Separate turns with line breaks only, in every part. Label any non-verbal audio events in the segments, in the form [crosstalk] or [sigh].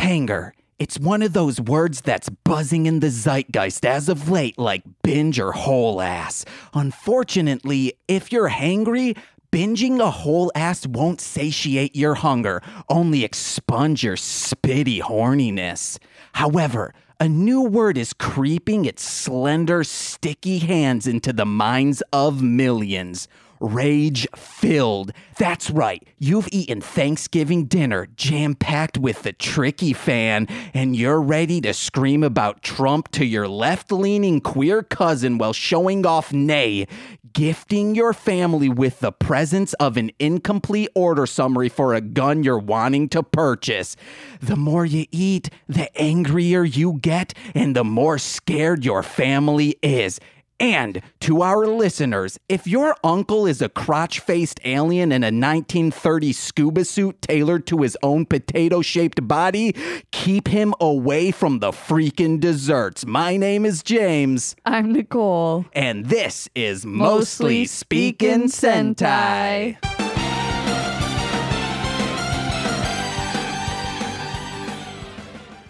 cliffhanger. It's one of those words that's buzzing in the zeitgeist as of late, like binge or whole ass. Unfortunately, if you're hangry, binging a whole ass won't satiate your hunger, only expunge your spitty horniness. However, a new word is creeping its slender, sticky hands into the minds of millions. Rage filled. That's right, you've eaten Thanksgiving dinner jam packed with the tricky fan, and you're ready to scream about Trump to your left leaning queer cousin while showing off Nay, gifting your family with the presence of an incomplete order summary for a gun you're wanting to purchase. The more you eat, the angrier you get, and the more scared your family is. And to our listeners, if your uncle is a crotch faced alien in a 1930s scuba suit tailored to his own potato shaped body, keep him away from the freaking desserts. My name is James,
I'm Nicole.
and this is Mostly, Speaking Sentai.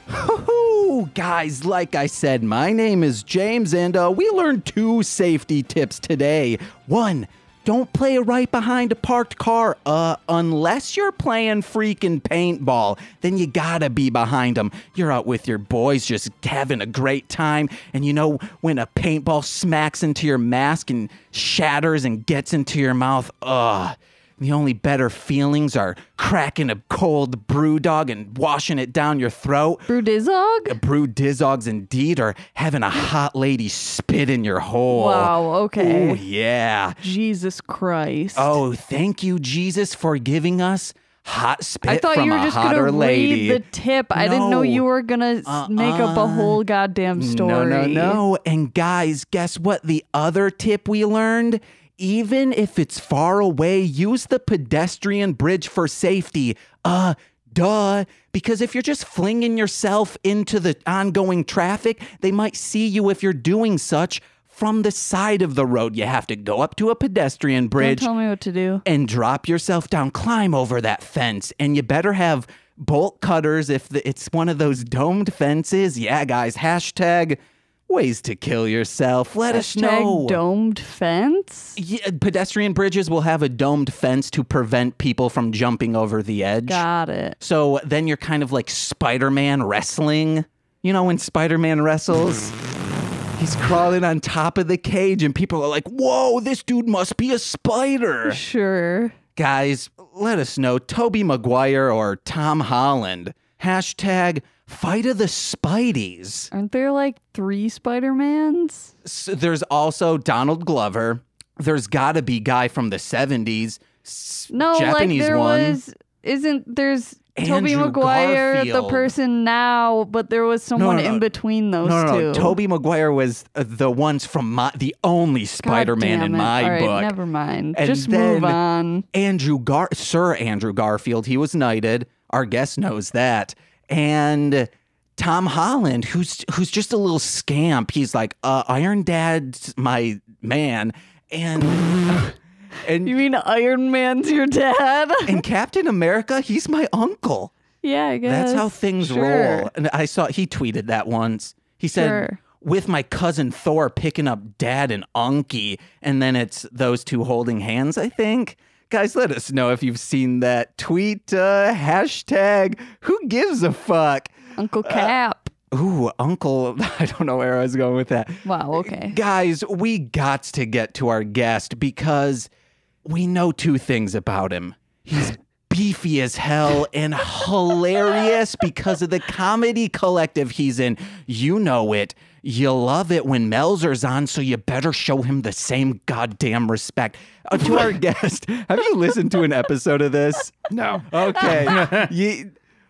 Woohoo! Guys, like I said, my name is James, and uh, we learned two safety tips today. One, don't play right behind a parked car, uh, unless you're playing freaking paintball. Then you gotta be behind them. You're out with your boys just having a great time, and you know, when a paintball smacks into your mask and shatters and gets into your mouth, ugh. The only better feelings are cracking a cold brew dog and washing it down your throat
Brudizog?
brew dizogs indeed or having a hot lady spit in your hole.
Wow, okay.
Ooh, yeah.
Jesus Christ.
Oh, thank you, Jesus, for giving us hot spit
I thought
from
you were
a
just
hotter
gonna
lady.
read the tip. I didn't know
No.
you were gonna s make up a
Uh-uh.
whole goddamn story.
No, no, no. And guys, guess what? The other tip we learned? Even if it's far away, use the pedestrian bridge for safety. Uh, duh. Because if you're just flinging yourself into the ongoing traffic, they might see you if you're doing such from the side of the road. You have to go up to a pedestrian
Don't
bridge
tell me what to do.
and drop yourself down, climb over that fence, and you better have bolt cutters if the, it's one of those domed fences. Yeah, guys, hashtag ways to kill yourself. Let us
Hashtag
know.
domed fence.
Yeah, pedestrian bridges will have a domed fence to prevent people from jumping over the edge.
Got it.
So then you're kind of like Spider Man wrestling. You know, when Spider Man wrestles, he's crawling on top of the cage, and people are like, whoa, this dude must be a spider
Sure.
guys, let us know Toby Maguire or Tom Holland. Hashtag fight of the Spideys.
Aren't there like three Spider Mans?
S there's also Donald Glover. There's gotta be guy from the 70s. S-
No,
Japanese
like there
one.
was. Isn't there's Toby
Andrew
Maguire the
Garfield.
person now, but there was someone
no, no.
in between those
no, no,
two.
no. Toby Maguire was uh, the ones from my, the only
God
Spider-Man in
damn it.
my
All right,
book.
Never mind.
And
Just
then-
move on.
Andrew Gar Sir Andrew Garfield, he was knighted. Our guest knows that. And Tom Holland, who's who's just a little scamp. He's like, uh, Iron Dad's my man. And
You
and
mean Iron Man's your dad? [laughs]
and Captain America, he's my uncle.
yeah, I guess.
That's how things
Sure.
roll. And I saw he tweeted that once. He said,
Sure.
"With my cousin Thor picking up Dad and Unky, and then it's those two holding hands." I think. Guys, let us know if you've seen that tweet. Uh, hashtag Who gives a fuck?
Uncle
Uh,
Cap.
Ooh, Uncle. [laughs] I don't know where I was going with that.
wow, okay.
Guys, we got to get to our guest because we know two things about him.
[laughs]
He's beefy as hell and hilarious because of the comedy collective he's in. You know it. You love it when Melzer's on, so you better show him the same goddamn respect. Uh, to
[laughs]
our guest, have you listened to an episode of this?
No.
[laughs]
Okay. Ye-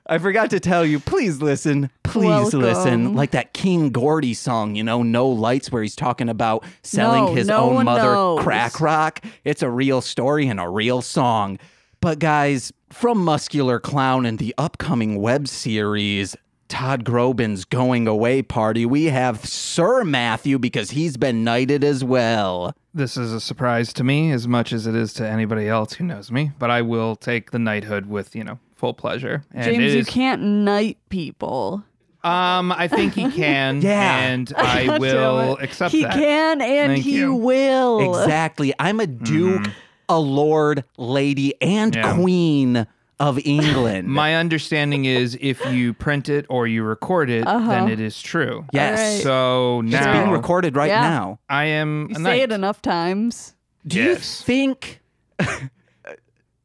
I forgot to tell you, please listen. Please listen.
Welcome.
Like that King Gordy song, you know, No Lights, where he's talking about selling
No,
his
no
own
one
mother
knows.
crack rock. It's a real story and a real song. But guys, from Muscular Clown and the upcoming web series, Todd Grobin's Going Away Party, we have Sir Matthew because he's been knighted as well.
This is a surprise to me as much as it is to anybody else who knows me, but I will take the knighthood with, you know, full pleasure. And
James,
it
you
is-
can't knight people.
Um, I think
[laughs]
he can.
Yeah.
and I
God damn
will
it.
accept
He
that.
can and
Thank
he
you.
will.
Exactly. I'm a duke, a lord, lady, and
Mm-hmm. Yeah.
queen of England.
My understanding is if you print it or you record it,
Uh-huh.
then it is true.
yes.
All right.
So
It's
now
being recorded right
Yeah.
now.
I am
You
a
say
knight.
it enough times.
Do you
Yes.
think? [laughs]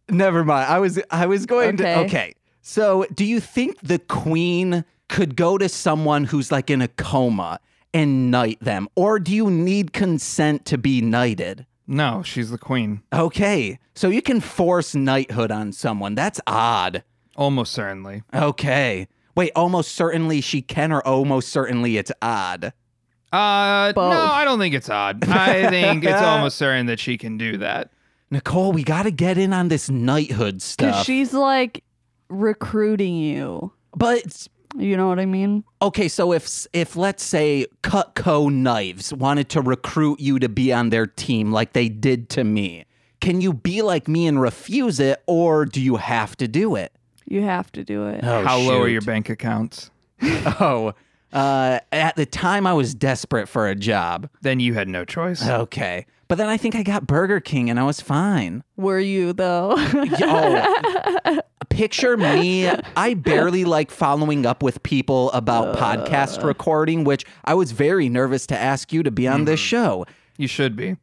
Never mind. I was I was going to
Okay.
okay. So, do you think the queen could go to someone who's like in a coma and knight them, or do you need consent to be knighted?
No, she's the queen.
Okay, so you can force knighthood on someone. That's odd.
Almost certainly.
Okay. Wait, almost certainly she can, or almost certainly it's odd.
Uh,
Both.
no, I don't think it's odd. I
[laughs]
think it's almost certain that she can do that.
Nicole, we got to get in on this knighthood
Because
stuff.
she's like recruiting you.
but
You know what I mean?
Okay, so if if let's say Cutco Knives wanted to recruit you to be on their team like they did to me, can you be like me and refuse it, or do you have to do it?
You have to do it.
Oh,
How low are your
shoot.
bank accounts?
[laughs] Oh, uh, at the time I was desperate for a job.
Then you had no choice.
Okay, but then I think I got Burger King and I was fine.
Were you though? [laughs]
Oh, picture me. I barely like following up with people about podcast recording, which I was very nervous to ask you to be on this show.
You should be.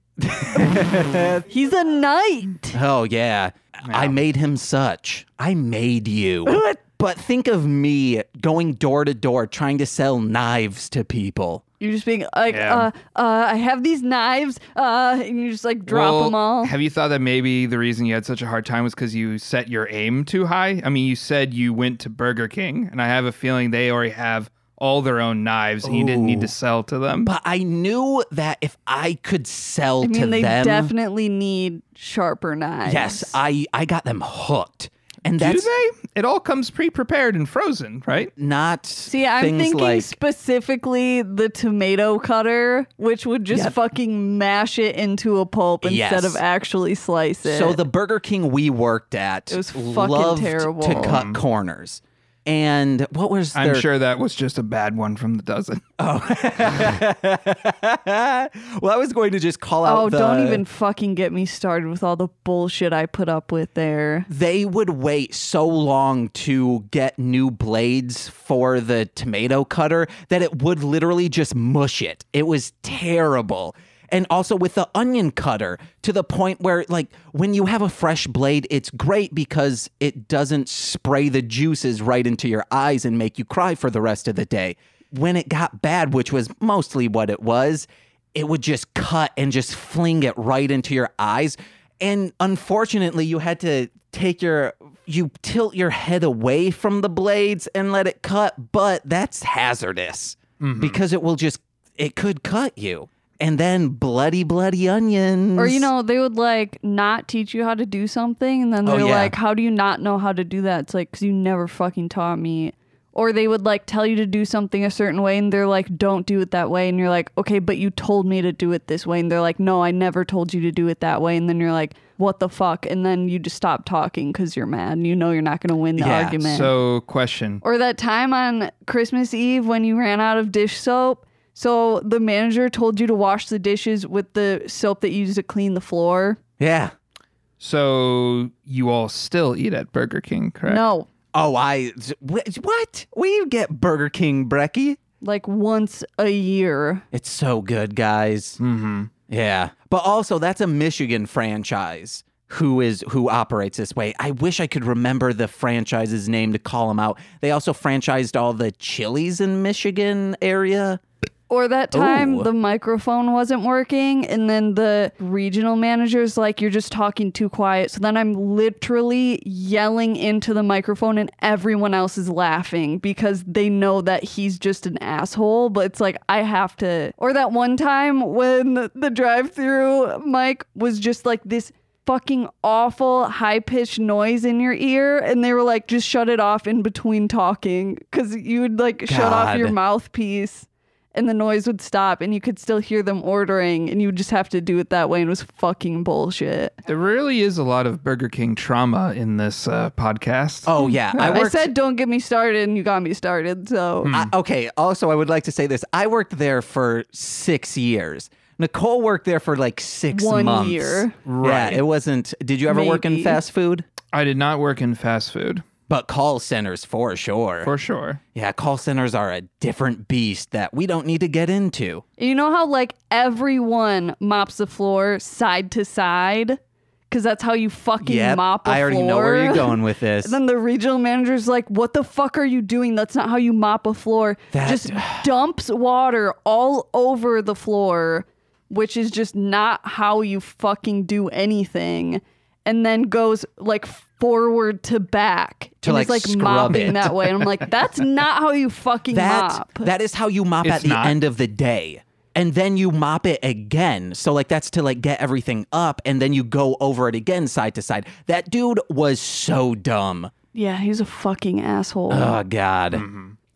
He's a knight.
Oh yeah. I made him such. I made you. but think of me going door to door trying to sell knives to people.
You're just being like,
Yeah.
uh, uh, I have these knives, uh, and you just like drop
Well,
them all.
Have you thought that maybe the reason you had such a hard time was because you set your aim too high? I mean, you said you went to Burger King, and I have a feeling they already have all their own knives, and you didn't need to sell to them.
But I knew that if I could sell
I
to
mean, they
them,
definitely need sharper knives.
yes, I I got them hooked. And
Do
that's
they? It all comes pre-prepared and frozen, right?
not
See, I'm
things
thinking
like
specifically the tomato cutter, which would just
Yeah.
fucking mash it into a pulp
Yes.
instead of actually slice it.
So the Burger King we worked at
It was fucking
loved
terrible.
to cut corners. And what was
I'm
their [laughs]
sure that was just a bad one from the dozen.
Well, I was going to just call out
oh,
the-
don't even fucking get me started with all the bullshit I put up with there.
they would wait so long to get new blades for the tomato cutter that it would literally just mush it. It was terrible. And also with the onion cutter to the point where, like, when you have a fresh blade, it's great because it doesn't spray the juices right into your eyes and make you cry for the rest of the day. When it got bad, which was mostly what it was, it would just cut and just fling it right into your eyes. And unfortunately, you had to take your you tilt your head away from the blades and let it cut, but that's hazardous because it will just it could cut you. And then bloody bloody onions.
Or you know, they would like not teach you how to do something, and then
Oh,
they're
yeah.
like, "How do you not know how to do that?" It's like because you never fucking taught me. Or they would like tell you to do something a certain way, and they're like, "Don't do it that way," and you're like, "Okay, but you told me to do it this way," and they're like, "No, I never told you to do it that way," and then you're like, "What the fuck?" And then you just stop talking because you're mad, and you know you're not gonna win the
Yeah,
argument.
So, question.
Or that time on Christmas Eve when you ran out of dish soap. So the manager told you to wash the dishes with the soap that you used to clean the floor.
Yeah.
So you all still eat at Burger King, correct?
No,
Oh, I wh- what? We get Burger King brekkie.
like once a year.
It's so good, guys. Mm-hmm. Yeah, but also that's a Michigan franchise who is who operates this way. I wish I could remember the franchise's name to call them out. They also franchised all the Chili's in Michigan area.
Or that time
Ooh.
the microphone wasn't working, and then the regional manager's like, You're just talking too quiet. So then I'm literally yelling into the microphone, and everyone else is laughing because they know that he's just an asshole. But it's like, I have to. Or that one time when the drive through mic was just like this fucking awful high pitched noise in your ear and they were like just shut it off in between talking cuz you would like shut off
God.
your mouthpiece and the noise would stop and you could still hear them ordering and you would just have to do it that way and it was fucking bullshit.
There really is a lot of Burger King trauma in this uh, podcast.
Oh yeah, I
Hmm. I
worked. Hmm.
said don't get me started and you got me started. So
I- okay. Also, I would like to say this. I worked there for six years. Nicole worked there for like six
One
months.
year.
Right. Yeah, it wasn't. Did you ever work in
Maybe.
fast food?
I did not work in fast food
But call centers for sure.
for sure.
yeah, call centers are a different beast that we don't need to get into.
You know how like everyone mops the floor side to side because that's how you fucking
Yep,
mop. a
I already know where
floor.
you're going
[laughs]
with this.
And then the regional manager's like, "What the fuck are you doing? That's not how you mop a floor."
That- [sighs]
just dumps water all over the floor, which is just not how you fucking do anything. And then goes like forward to back
To,
and
like,
is, like
scrub
mopping
it.
that way. And I'm
[laughs]
like, "That's not how you fucking
that
mop."
that is how you mop at
It's
the
not.
end of the day and then you mop it again so like that's to like get everything up and then you go over it again side to side that dude was so dumb
yeah, he's a fucking asshole.
oh god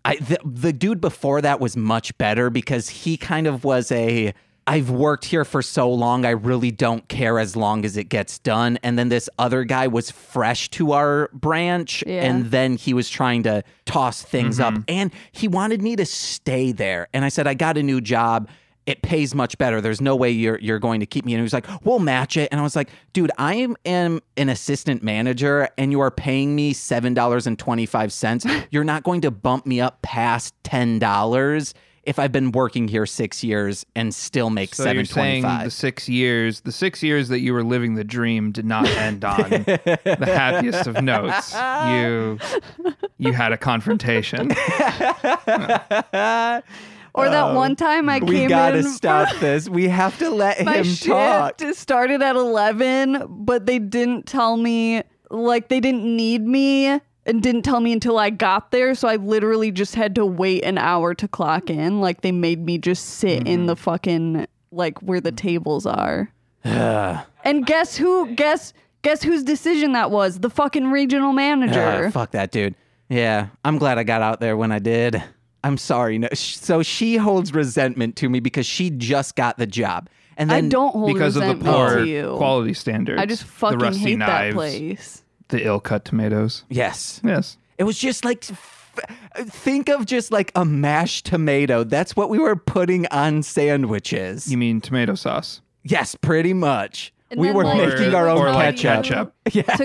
i the, the dude before that was much better because he kind of was a I've worked here for so long, I really don't care as long as it gets done. And then this other guy was fresh to our branch,
Yeah.
and then he was trying to toss things up and he wanted me to stay there and i said i got a new job it pays much better there's no way you're you're going to keep me and he was like we'll match it and i was like dude i am, am an assistant manager and you are paying me [laughs] $7.25 you're not going to bump me up past $10 if I've been working here six years and still make
So you're
seven
saying
twenty-five,
the six years, the six years that you were living the dream did not end on the happiest of notes. You, you had a confrontation.
[laughs] Or that one time I
uh, we
came
gotta
in. [laughs]
stop this. We have to let
My
him
shift
talk.
started at eleven, but they didn't tell me. Like they didn't need me and didn't tell me until I got there. So I literally just had to wait an hour to clock in. Like they made me just sit in
Mm-hmm.
the fucking like where the tables
[sighs]
are. and guess who? Guess guess whose decision that was? The fucking regional manager.
Ah, fuck that dude. Yeah, I'm glad I got out there when I did. I'm sorry. No, sh- so she holds resentment to me because she just got the job, and
I
then
don't hold
because of the
resentment
poor
to you.
quality standards.
I just
the
fucking
rusty
hate that
knives,
place.
The ill cut tomatoes.
yes,
Yes.
it was just like f- think of just like a mashed tomato. That's what we were putting on sandwiches.
You mean tomato sauce?
yes, pretty much.
And
we
then,
were
like,
making
they
our
would
own
or like
ketchup.
[laughs]
ketchup.
to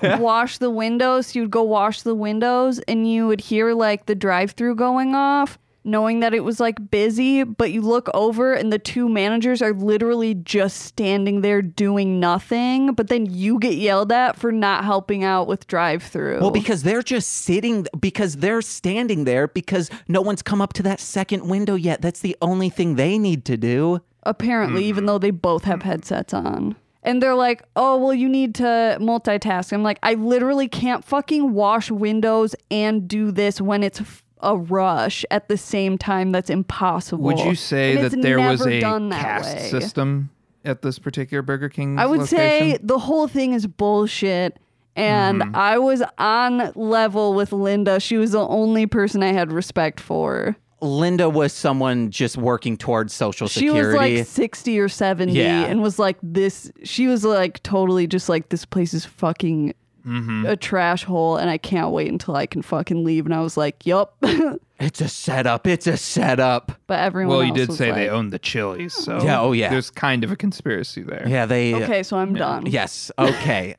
go
[laughs]
wash the windows. you'd go wash the windows and you would hear like the drive through going off, knowing that it was like busy, but you look over and the two managers are literally just standing there doing nothing, but then you get yelled at for not helping out with drive through.
Well, because they're just sitting, because they're standing there because no one's come up to that second window yet. That's the only thing they need to do.
apparently,
Mm-hmm.
even though they both have headsets on. And they're like, oh, well, you need to multitask. I'm like, I literally can't fucking wash windows and do this when it's f- a rush at the same time. That's impossible.
Would you say
And
that
it's
there was
never
a
done that
caste
way.
system at this particular Burger King?
I would say
location? Mm-hmm.
the whole thing is bullshit. And I was on level with Linda. She was the only person I had respect for.
Linda was someone just working towards social
She was
security.
like 60 or 70
Yeah.
and was like, this, she was like, totally just like, this place is fucking
Mm-hmm.
a trash hole and I can't wait until I can fucking leave. And I was like, yup. [laughs] but
it's a setup. It's a setup.
everyone
Well, you
else
did
was
say
like,
they owned the Chili's, so
Yeah, oh, yeah.
There's kind of a conspiracy there.
Yeah, they. uh,
Okay, so I'm done.
Yes. Okay.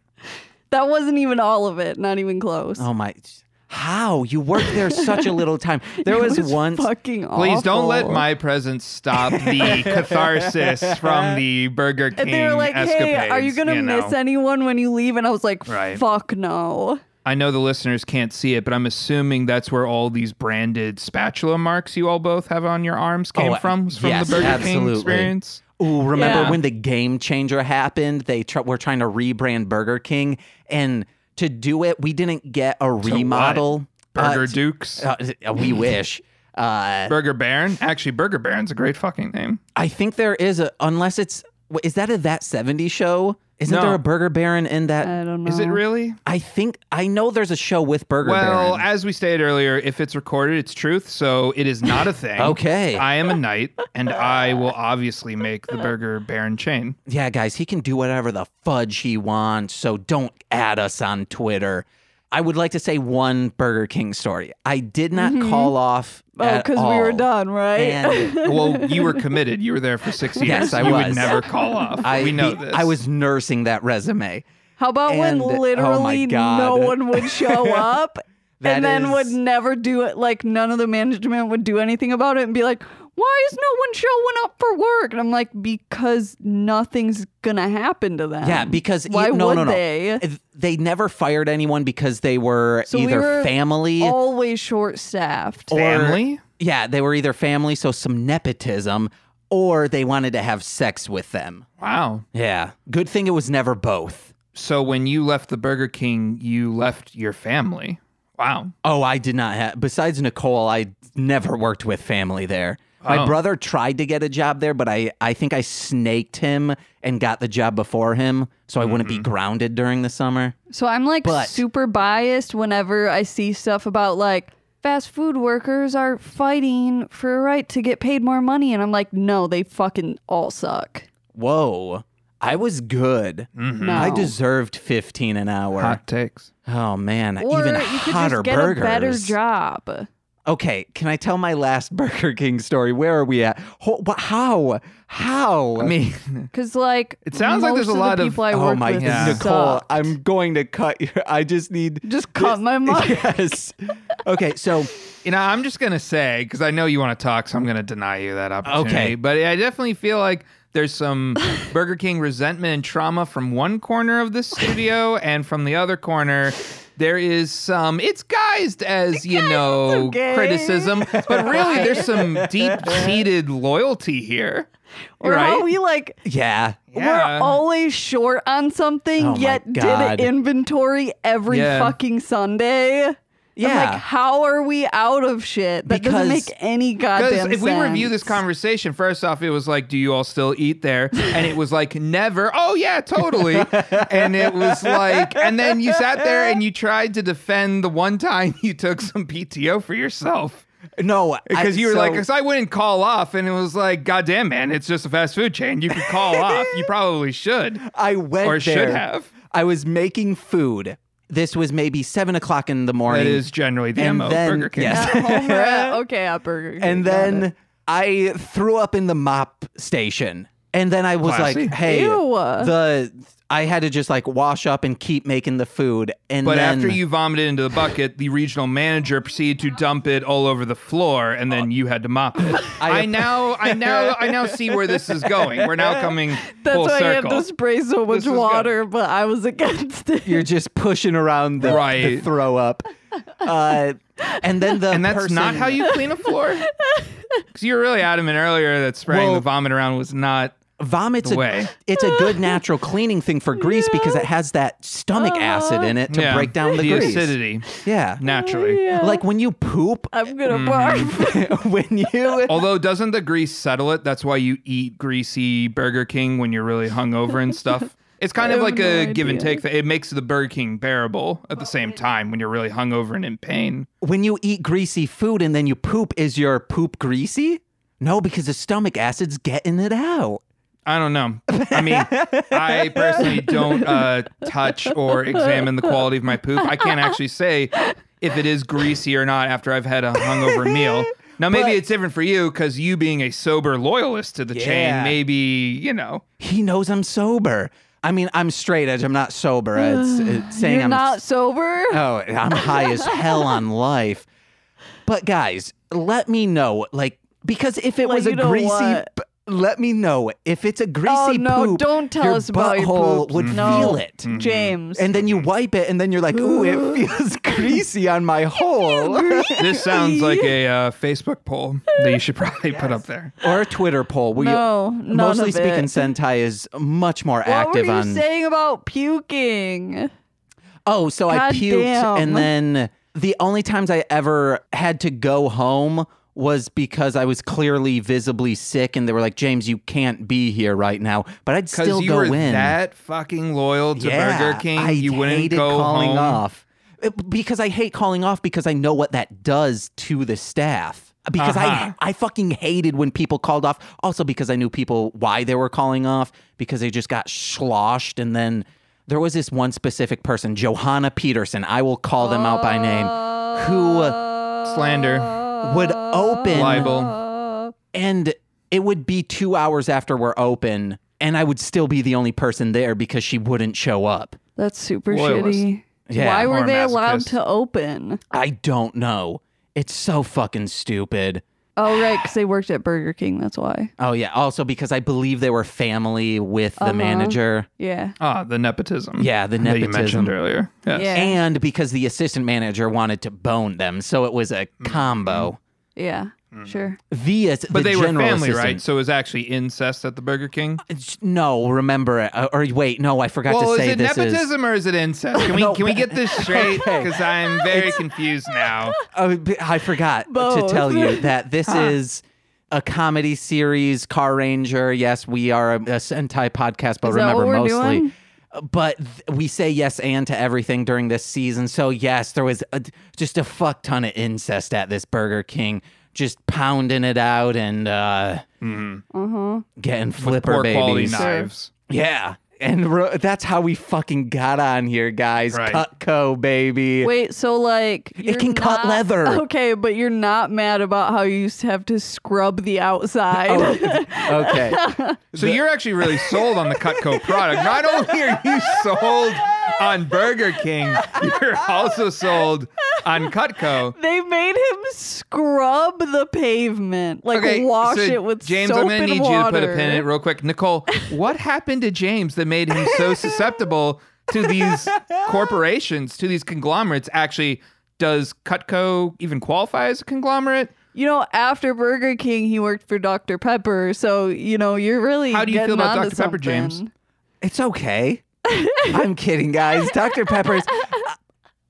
That wasn't even all of it. Not even close.
oh my. How you worked there such a little
[laughs]
time? There
It
was,
was
once.
Fucking
Please don't let
awful.
my presence
[laughs]
stop the catharsis from the Burger King
And they were like,
escapades.
"Hey, are you gonna
know?
miss anyone when you leave?" And I was like,
Right.
"Fuck no."
I know the listeners can't see it, but I'm assuming that's where all these branded spatula marks you all both have on your arms came
Oh, uh,
from. was From
yes,
the Burger
absolutely.
King experience.
Ooh, remember
Yeah.
when the game changer happened? They tr- were trying to rebrand Burger King, and to do it, we didn't get a remodel. Uh,
Burger Dukes,
Uh,
[laughs]
we wish. Uh,
Burger Baron. Actually, Burger Baron's a great fucking name.
I think there is a unless it's wh- is that a that 70 show Isn't
No.
there a Burger Baron in that?
I don't know.
Is it really?
I think I know there's a show with Burger
Well,
Baron.
as we stated earlier, if it's recorded, it's truth, so it is
[laughs]
not a thing.
okay.
I am a knight, and I will obviously make the Burger Baron chain.
yeah, guys, he can do whatever the fudge he wants, so don't add us on Twitter. I would like to say one Burger King story. I did not call off.
Mm-hmm. Oh,
at
because we were
all.
done, right?
And
[laughs]
Well, you were committed. You were there for six years.
Yes, I
you
was.
would never call off.
I,
we know
the-
this.
I was nursing that resume.
How about
And- oh my
when literally no
God.
one would
[laughs]
show up
That
and then
is-
would never do it? Like, none of the management would do anything about it and be like, why is no one showing up for work? And I'm like, because nothing's going to happen to them.
Yeah, because e-
why
no,
would
no, no.
they?
They never fired anyone because they were
So we
either
were
family.
Always short staffed.
family.
yeah, they were either family, so some nepotism, or they wanted to have sex with them.
Wow.
Yeah. Good thing it was never both.
So when you left the Burger King, you left your family. Wow.
Oh, I did not have. Besides Nicole, I never worked with family there. My
Oh.
brother tried to get a job there, but I, I think I snaked him and got the job before him so I wouldn't
Mm-hmm.
be grounded during the summer.
So I'm like
But-
super biased whenever I see stuff about like fast food workers are fighting for a right to get paid more money. And I'm like, no, they fucking all suck.
Whoa. I was good.
No.
I deserved 15 an hour.
Mm-hmm. Hot takes.
Oh man,
or
even
you could
hotter
just get
burgers.
a better job.
Okay, can I tell my last [laughs] Burger King story? Where are we at? Ho- wha- how? How?
I mean,
Because like
It sounds like there's
most
a lot
the
of-
people I
oh
work
my
with
Yeah.
Nicole,
sucked.
I'm going to cut your I just need
just cut
[laughs]
my mic.
Yes. Okay, so
you know, I'm just gonna say because I know you want to talk, so I'm gonna deny you that opportunity.
Okay.
But I definitely feel like there's some [laughs] Burger King resentment and trauma from one corner of this studio, and from the other corner, there is some. It's guised as you know
okay.
criticism, but really there's some deep-seated loyalty here.
Or
right?
how we like
yeah.
Yeah.
we're always short on something,
Oh my
yet did
God.
an inventory every
Yeah.
fucking Sunday. I'm
Yeah.
like, how are we out of shit? That doesn't
Because-
make any goddamn
Because
sense.
if we review
[laughs]
this conversation, first off, it was like, "Do you all still eat there?" And it was like, "Never." Oh yeah, totally. and it was like, and then you sat there and you tried to defend the one time you took some PTO for yourself
No,
because
I-
you were
so-
like, "Cause I wouldn't call off," and it was like, "God damn, man, it's just a fast food chain. You could call off. You
[laughs]
probably should."
I went there.
or should have.
I was making food. This was maybe seven o'clock in the morning.
That is generally the
And
mo of
then-
Burger King.
yes.
At home or
[laughs]
at- Oh, okay, at Burger King.
and
got it.
then I threw up in the mop station. And then I was
Classy.
like, hey,
Ew.
the I had to just like wash up and keep making the food. And
But
then,
after you vomited into the bucket, the regional manager proceeded to dump it all over the floor, and then you had to mop it. I, now, I now, I now see where this is going. We're now coming
That's
full
why I had
circle.
to spray so much
was good.
water, but I was against it.
you're just pushing around the, the
Right.
throw up. Uh, and then the
and that's
person-
not how you clean
[laughs]
a floor. Because you were really adamant earlier that spraying
Well-
the vomit around was not.
vomits
the
a-
way.
it's a good natural cleaning thing for grease because it has that stomach acid in it to
yeah,
break down the, grease.
acidity
Yeah.
naturally.
[laughs] Oh, Yeah.
Like when you poop, [laughs]
I'm gonna
Mm-hmm.
barf.
when you
Although doesn't the grease settle it? That's why you eat greasy Burger King when you're really hungover
[laughs]
and stuff. It's kind
I
of
have
like
no
a give and
idea.
take. It makes the Burger King bearable at the same time when you're really hungover and in pain.
when you eat greasy food and then you poop, is your poop greasy? No, because the stomach acid's getting it out.
I don't know.
[laughs]
I mean, I personally don't uh, touch or examine the quality of my poop. I can't actually say if it is greasy or not after I've had a hungover meal. Now, maybe
But-
it's different for you because you being a sober loyalist to the
Yeah.
chain, maybe, you know.
He knows I'm sober. I mean, I'm straight edge. I'm not sober. It's, it's saying
You're
I'm
not sober.
Oh, I'm high as hell
[laughs]
on life. But guys, let me know, like, because if it
Like,
was a
you know
greasy,
what?
p- let me know if it's a greasy
Oh, no,
poop.
don't tell
your
us about your
butthole
poops.
would
No.
feel it,
Mm-hmm. James.
and then you wipe it, and then you're like, ooh, it
[gasps]
feels greasy on my hole,
This sounds like a uh, Facebook poll that you should probably put up there.
[laughs] or a Twitter poll. We,
No, none
mostly
of
speaking,
it.
Sentai is much more
what were
active
you
on.
saying about puking?
Oh, so I
God
puked,
damn.
and then the only times I ever had to go home was because I was clearly visibly sick, and they were like, "James, you can't be here right now." But I'd
Because
still
you
go
were
in.
that fucking loyal to
yeah,
Burger King,
I
you wouldn't
hated
go
calling
home.
off It- because I hate calling off because I know what that does to the staff. Because
Uh-huh.
I I fucking hated when people called off. Also because I knew people why they were calling off because they just got sloshed and then. There was this one specific person, Johanna Peterson. I will call them out by name, who
Slander.
would open
Libel.
and it would be two hours after we're open and i would still be the only person there because she wouldn't show up
That's super
Loyalist.
shitty.
Yeah.
Why
Or
were
a
they allowed
masochist.
to open?
i don't know it's so fucking stupid
Oh, right, because they worked at Burger King. That's why.
oh yeah also because i believe they were family with the manager
Yeah.
Ah, the nepotism.
Yeah, the
That you mentioned
nepotism.
earlier. Yes.
Yeah.
and because the assistant manager wanted to bone them so it was a combo
Yeah. Sure.
the, ass-
Mm-hmm. But
the
they were
general
family,
assistant.
right? So it was actually incest at the Burger King.
no remember it Uh, or wait no i forgot
Well,
to
is
say
it
this is
nepotism or is it incest? Can we
[laughs] No,
can we
but-
get this straight? Because I'm very confused now.
Oh, b- I forgot to
Both.
tell you that this is a comedy series, Car Ranger. Yes, we are a, a Sentai podcast, but
Is that
remember
what we're
mostly.
doing?
But th- we say yes and to everything during this season. So yes, there was a, just a fuck ton of incest at this Burger King, just pounding it out and uh,
Mm-hmm.
getting flipper
Mm-hmm. Poor quality
babies.
knives.
Yeah, and ro- that's how we fucking got on here, guys.
Right.
Cutco, baby.
Wait, so like you're
can cut
not-
leather.
[laughs] Okay, but you're not mad about how you used to have to
[laughs]
scrub the
Oh,
outside. [laughs]
Okay.
So you're actually really sold on the Cutco product. Not only are you sold on Burger King, [laughs] you're also sold on Cutco.
They made him scrub the pavement, like wash
so
it with
James,
soap
I'm gonna
and
need
water.
you to put a pin in it real quick. Nicole, what happened to James that made him
[laughs]
so susceptible to these corporations, to these conglomerates? Actually, does Cutco even qualify as a conglomerate?
You know, after Burger King, he worked for Dr. Pepper, so you know you're really
How do you feel
getting
about
onto
Dr. Pepper, James?
something. [laughs]
It's okay. I'm kidding, guys. Dr. Pepper's.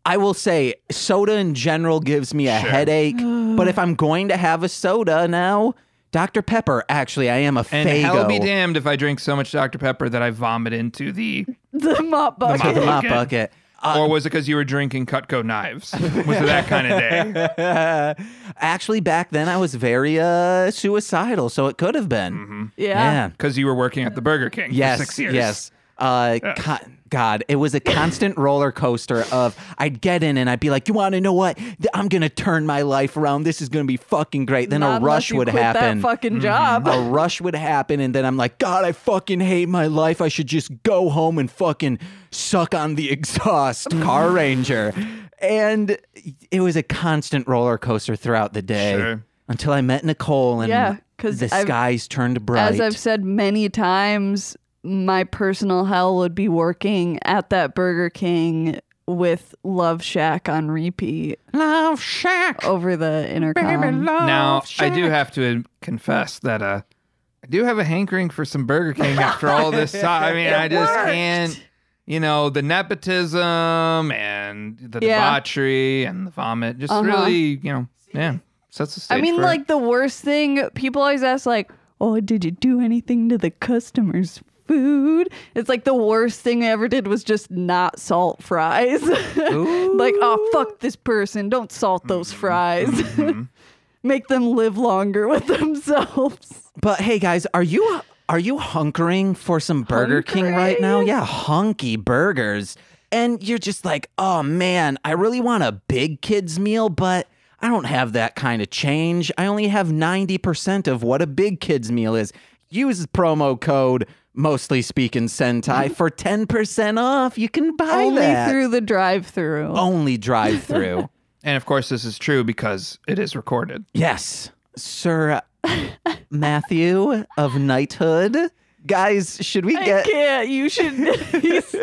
I will say, soda in general gives me a headache. But if I'm going to have a soda now, Dr. Pepper, actually, I am a
And
Faygo.
hell be damned if I drink so much Dr. Pepper that I vomit into the.
The mop bucket.
to the mop
Okay.
bucket. Uh,
Or was it because you were drinking Cutco knives? Was it that kind of day?
actually, back then I was very uh, suicidal, so it could have been.
Mm-hmm.
Yeah.
Because you were working at the Burger King
Yes.
for six years.
Yes. Uh,
Yes.
co- God, it was a constant roller coaster of I'd get in and I'd be like, you want to know what? Th- I'm gonna turn my life around. This is gonna be fucking great. Then
Not
a
unless
rush
you
would
quit
happen.
That
Mm-hmm.
fucking job.
a rush would happen, and then I'm like, God, I fucking hate my life. I should just go home and fucking suck on the [laughs] exhaust, Car Ranger. And it was a constant roller coaster throughout the day
Sure.
until I met Nicole, and
Yeah, 'cause
the
I've-
skies turned bright.
As I've said many times, my personal hell would be working at that Burger King with Love Shack on repeat
Love Shack.
over the intercom.
Oh,
Now, I do have to ad- confess that uh, I do have a hankering for some Burger King after all this time. I mean, I just
worked.
can't. You know, the nepotism and the
Yeah.
debauchery and the vomit just
Uh-huh.
really, you know, yeah, sets the stage.
I mean,
for-
like the worst thing people always ask, like, "Oh, did you do anything to the customers?" Food. It's like the worst thing I ever did was just not salt fries. [laughs] like, oh fuck this person. Don't
Mm-hmm.
salt those fries. [laughs] Make them live longer with themselves.
[laughs] But hey, guys, are you are you hunkering for some Burger King right now? Yeah, hunky burgers, and you're just like, oh man, I really want a big kids meal, but I don't have that kind of change. I only have ninety percent of what a big kids meal is. Use promo code mostly speaking Sentai
[laughs]
for ten percent off. You can buy
Only
that
through the drive-through.
only drive
[laughs]
through.
and of course, this is true because it is recorded.
Yes, Sir Matthew of Knighthood. Guys, should we
I
get?
can't. You should. [laughs] He's,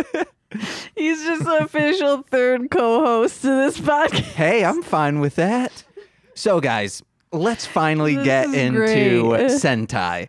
he's just the official third co-host to this podcast.
Hey, I'm fine with that. So, guys, let's finally
This
get
is
into
great.
Sentai.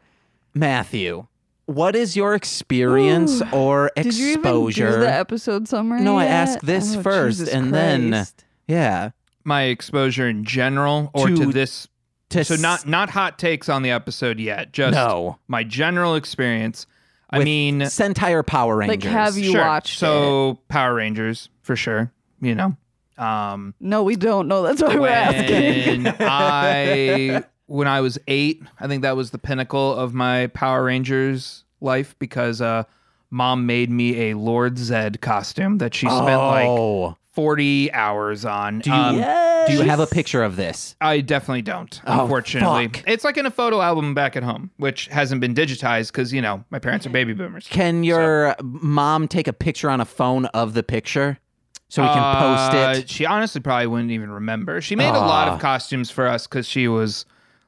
Matthew, what is your experience or
Did you even
exposure?
do the episode summary?
no, I
yet?
ask this
Oh,
first,
Jesus
and then
Christ.
yeah,
My exposure in general or to,
To-
this
To
So not not hot takes on the episode yet. Just
No.
my general experience. I
With
mean,
Sentire Power
Like,
Rangers.
have you
sure.
watched it?
so Power Rangers for sure. You know,
[laughs]
um,
No, we don't know. That's why we're asking.
when [laughs] I when I was eight, I think that was the pinnacle of my Power Rangers life because uh, mom made me a Lord Zed costume that she spent like
oh.
forty hours on.
um,
Um,
Do you- Do you have a picture of this?
I definitely don't,
Oh,
unfortunately.
fuck.
It's like in a photo album back at home, which hasn't been digitized because, you know, my parents are baby boomers.
Can your mom take a picture on a phone of the picture so we can
Uh,
post it? Ah.
She honestly probably wouldn't even remember. She made a lot
Aw.
of costumes for us because she was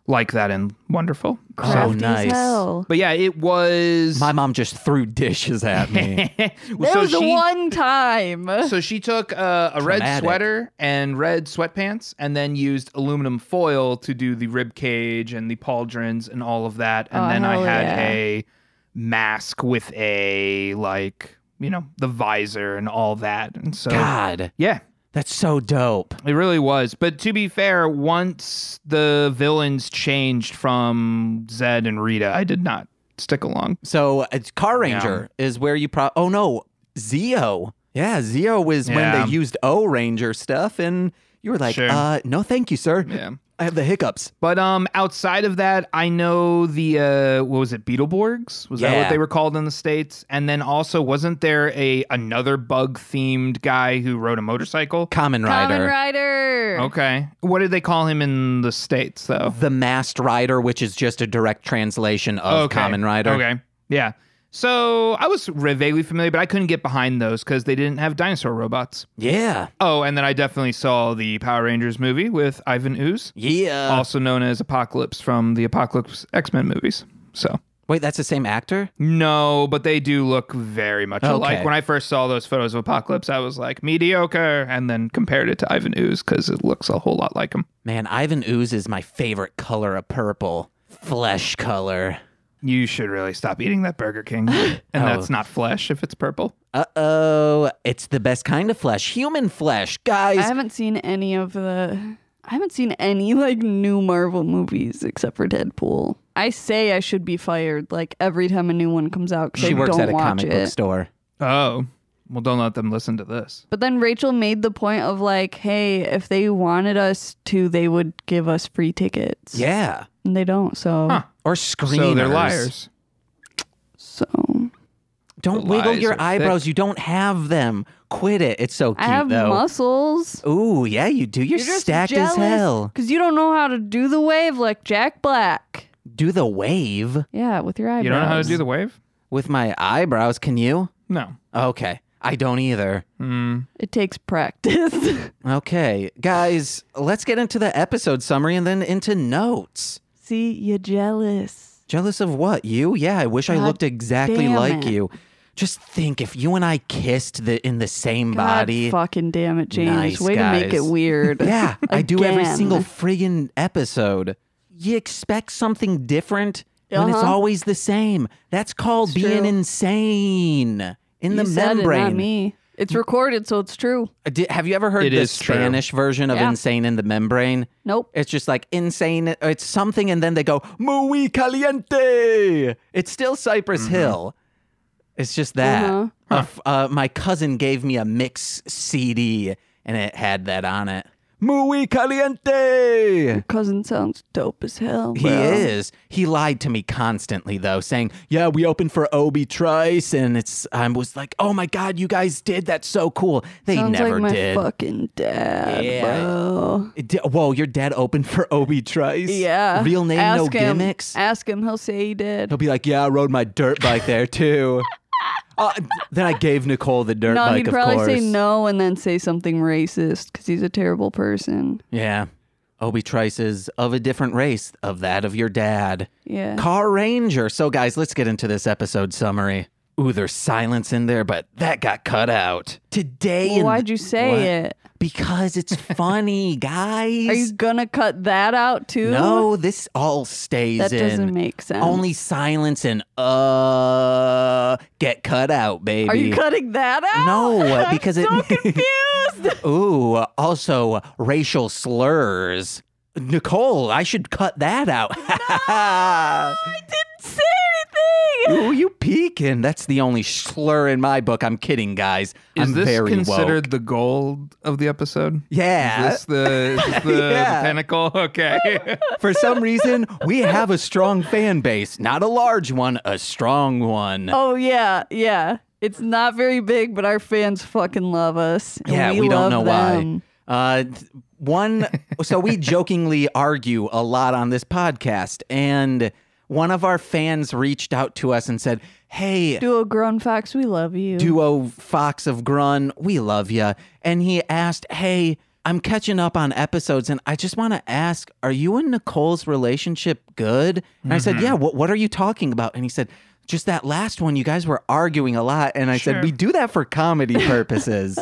like that and wonderful.
Crap.
So,
Crafty
Oh, nice.
as hell.
but yeah, it was. [laughs]
My mom just threw dishes at me.
There
so
was
she,
[laughs]
one time.
So she took uh, a red
Traumatic.
sweater and red sweatpants, and then used aluminum foil to do the rib cage and the pauldrons and all of that. And
Oh,
then I
hell
had
yeah.
a mask with a like you know the visor and all that. And so
God,
yeah,
that's so dope.
it really was. But to be fair, once the villains changed from Zed and Rita, I did not stick along.
So it's Car Ranger is where you pro. Oh no, Zeo. Yeah, Zeo is
Yeah.
when they used O Ranger stuff, and you were like,
Sure.
uh, no, thank you, sir.
Yeah.
I have the hiccups.
But um, outside of that, I know the uh, what was it, Beetleborgs? Was that
Yeah.
what they were called in the states? And then also, wasn't there a another bug themed guy who rode a motorcycle?
Common Rider.
Common Rider.
Okay, what did they call him in the states though?
The Masked Rider, which is just a direct translation of
okay.
Common Rider.
Okay, yeah. So I was re- vaguely familiar, but I couldn't get behind those because they didn't have dinosaur robots.
Yeah.
Oh, and then I definitely saw the Power Rangers movie with Ivan Ooze,
Yeah.
also known as Apocalypse from the Apocalypse X Men movies. So.
Wait, that's the same actor?
No, but they do look very much alike.
Okay.
When I first saw those photos of Apocalypse, I was like, mediocre, and then compared it to Ivan Ooze because it looks a whole lot like him.
Man, Ivan Ooze is my favorite color of purple. Flesh color.
You should really stop eating that Burger King. And that's not flesh if it's purple.
Uh oh. It's the best kind of flesh. Human flesh.
I
Guys,
haven't seen any of the. I haven't seen any like new Marvel movies except for Deadpool. I say I should be fired like every time a new one comes out because
she works
don't
at a
watch
comic
it.
book store.
Oh, well, don't let them listen to this.
But then Rachel made the point of like, hey, if they wanted us to, they would give us free tickets.
Yeah.
And they don't. So,
Huh.
Or screeners.
So they're liars.
so
Don't
The
wiggle
lies
your
are
eyebrows. You don't have them. Quit it. It's so cute,
I have
though.
muscles.
Ooh, yeah, you do. You're, stacked as hell.
Because you don't know how to do the wave like Jack Black.
Do the wave
Yeah, with your eyebrows.
You don't know how to do the wave?
with my eyebrows. Can you?
No.
Okay. I don't either.
Mm.
It takes practice. [laughs]
Okay. Guys, let's get into the episode summary and then into notes.
See, you jealous.
Jealous of what? You? Yeah, I wish I
God
looked exactly
damn
like
it.
you. Just think if you and I kissed the in the same
God
body.
fucking damn it, James.
Nice,
Way to make it
guys. [laughs]
weird.
yeah, I do every
Again.
single friggin' episode. You expect something different when it's
Uh-huh.
always the same. That's called
It's
being
true.
insane. In
You
the
said
membrane.
It, not me. It's recorded, so it's true.
Uh, di- have you ever heard
It
the
is true.
Spanish version of
Yeah.
insane in the membrane?
Nope.
It's just like insane. or It's something, and then they go muy caliente. It's still Cypress Hill. It's just that.
Uh-huh.
A f- uh, my cousin gave me a mix CD, and it had that on it. Muy caliente.
Cousin sounds dope as hell.
He
bro.
is. He lied to me constantly, though, saying, "Yeah, we opened for Obi Trice," and it's. I was like, "Oh my god, you guys did that's so cool." They
Sounds
never
like my
did.
fucking dad,
Yeah.
bro.
It di- Whoa, your dad opened for Obi Trice?
Yeah.
Real name, no
Ask him.
gimmicks?
Ask him. He'll say he did.
He'll be like, yeah, I rode my dirt bike there
[laughs]
too. Uh, then I gave Nicole the dirt
no,
bike,
he'd
of
probably
course.
say no and then say something racist because he's a terrible person.
Yeah. Obi Trice is of a different race, of that of your dad.
Yeah.
Car Ranger. So, guys, let's get into this episode summary. Ooh, there's silence in there, but that got cut out. Today.
Well,
in-
why'd you say
What?
it?
Because
[laughs]
it's funny, guys.
Are you gonna cut that out too?
no, this all stays
that
in.
doesn't make sense.
Only silence and uh get cut out, baby.
Are you cutting that out? [laughs]
No,
I'm
[laughs] because it.
so confused.
Ooh, also racial slurs. Nicole, I should cut that out.
Say
[laughs]
anything.
Ooh, you peeking. That's the only slur in my book. I'm kidding, guys.
Is
I'm
this
very woke.
considered the gold of the episode?
Yeah.
Is this the, is this the,
Yeah.
the pinnacle? [laughs] Okay.
[laughs] For some reason, we have a strong fan base. Not a large one, a strong one.
Oh yeah, yeah. It's not very big, but our fans fucking love us. and
yeah,
we,
we, don't
love
know
them.
why. Uh, th-
[laughs]
one, so we jokingly argue a lot on this podcast, and one of our fans reached out to us and said, "Hey,
Duo Grown Fox, we love you.
duo Fox of Grun, we love ya." And he asked, "Hey, I'm catching up on episodes, and I just want to ask, are you and Nicole's relationship good?" And I
Mm-hmm.
said, "Yeah. What What are you talking about?" And he said. Just that last one, you guys were arguing a lot, and I
Sure.
said we do that for comedy
[laughs]
purposes.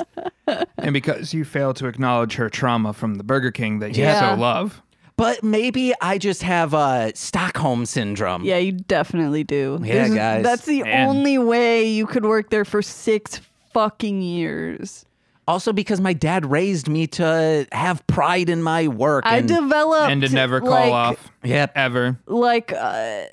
and because you failed to acknowledge her trauma from the Burger King that you
Yeah.
so love.
But maybe I just have uh, Stockholm syndrome.
yeah, you definitely do.
Yeah,
There's-
guys.
That's the
Man.
only way you could work there for six fucking years.
Also, because my dad raised me to have pride in my work.
I
and-
developed
and to never call
like,
off
Yep,
ever.
like uh,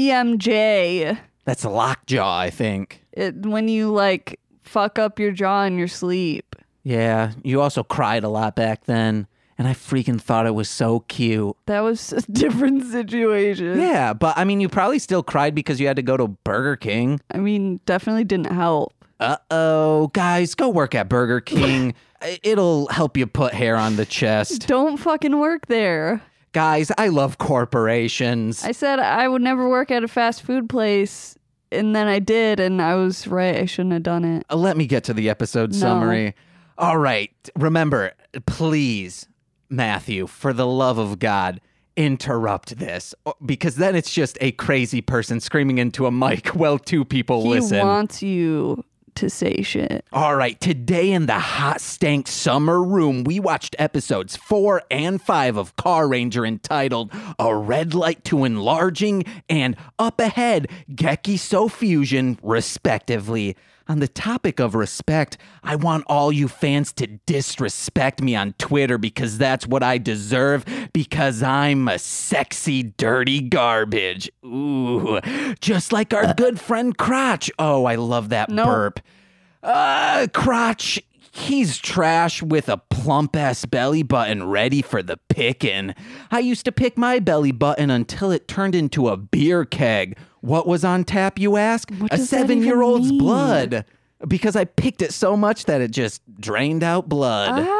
TMJ.
that's lockjaw, I think.
It, when you like fuck up your jaw in your sleep.
Yeah, you also cried a lot back then, and I freaking thought it was so cute.
That was [laughs] a different situation.
Yeah, but I mean, you probably still cried because you had to go to Burger King.
I mean, definitely didn't help.
Uh oh, guys, go work at Burger King. I- It'll help you put hair on the
[laughs]
chest.
Don't fucking work there.
Guys, I love corporations.
I said I would never work at a fast food place, and then I did, and I was right. I shouldn't have done it.
Uh, Let me get to the episode
No.
summary. All right. Remember, please, Matthew, for the love of God, interrupt this o- because then it's just a crazy person screaming into a mic [laughs] while two people
He
listen.
wants you to say shit.
All right. Today in the hot stank summer room, we watched episodes four and five of Car Ranger entitled A Red Light to Enlarging and Up Ahead, Geki So Fusion, respectively. On the topic of respect, I want all you fans to disrespect me on Twitter because that's what I deserve because I'm a sexy, dirty garbage. Ooh, just like our good friend Crotch. Oh, I love that
Nope.
burp. Uh, crotch. He's trash with a plump ass belly button ready for the pickin'. I used to pick my belly button until it turned into a beer keg. What was on tap, you ask?
What
a
does that even
seven year old's
mean?
blood. Because I picked it so much that it just drained out blood.
Ah.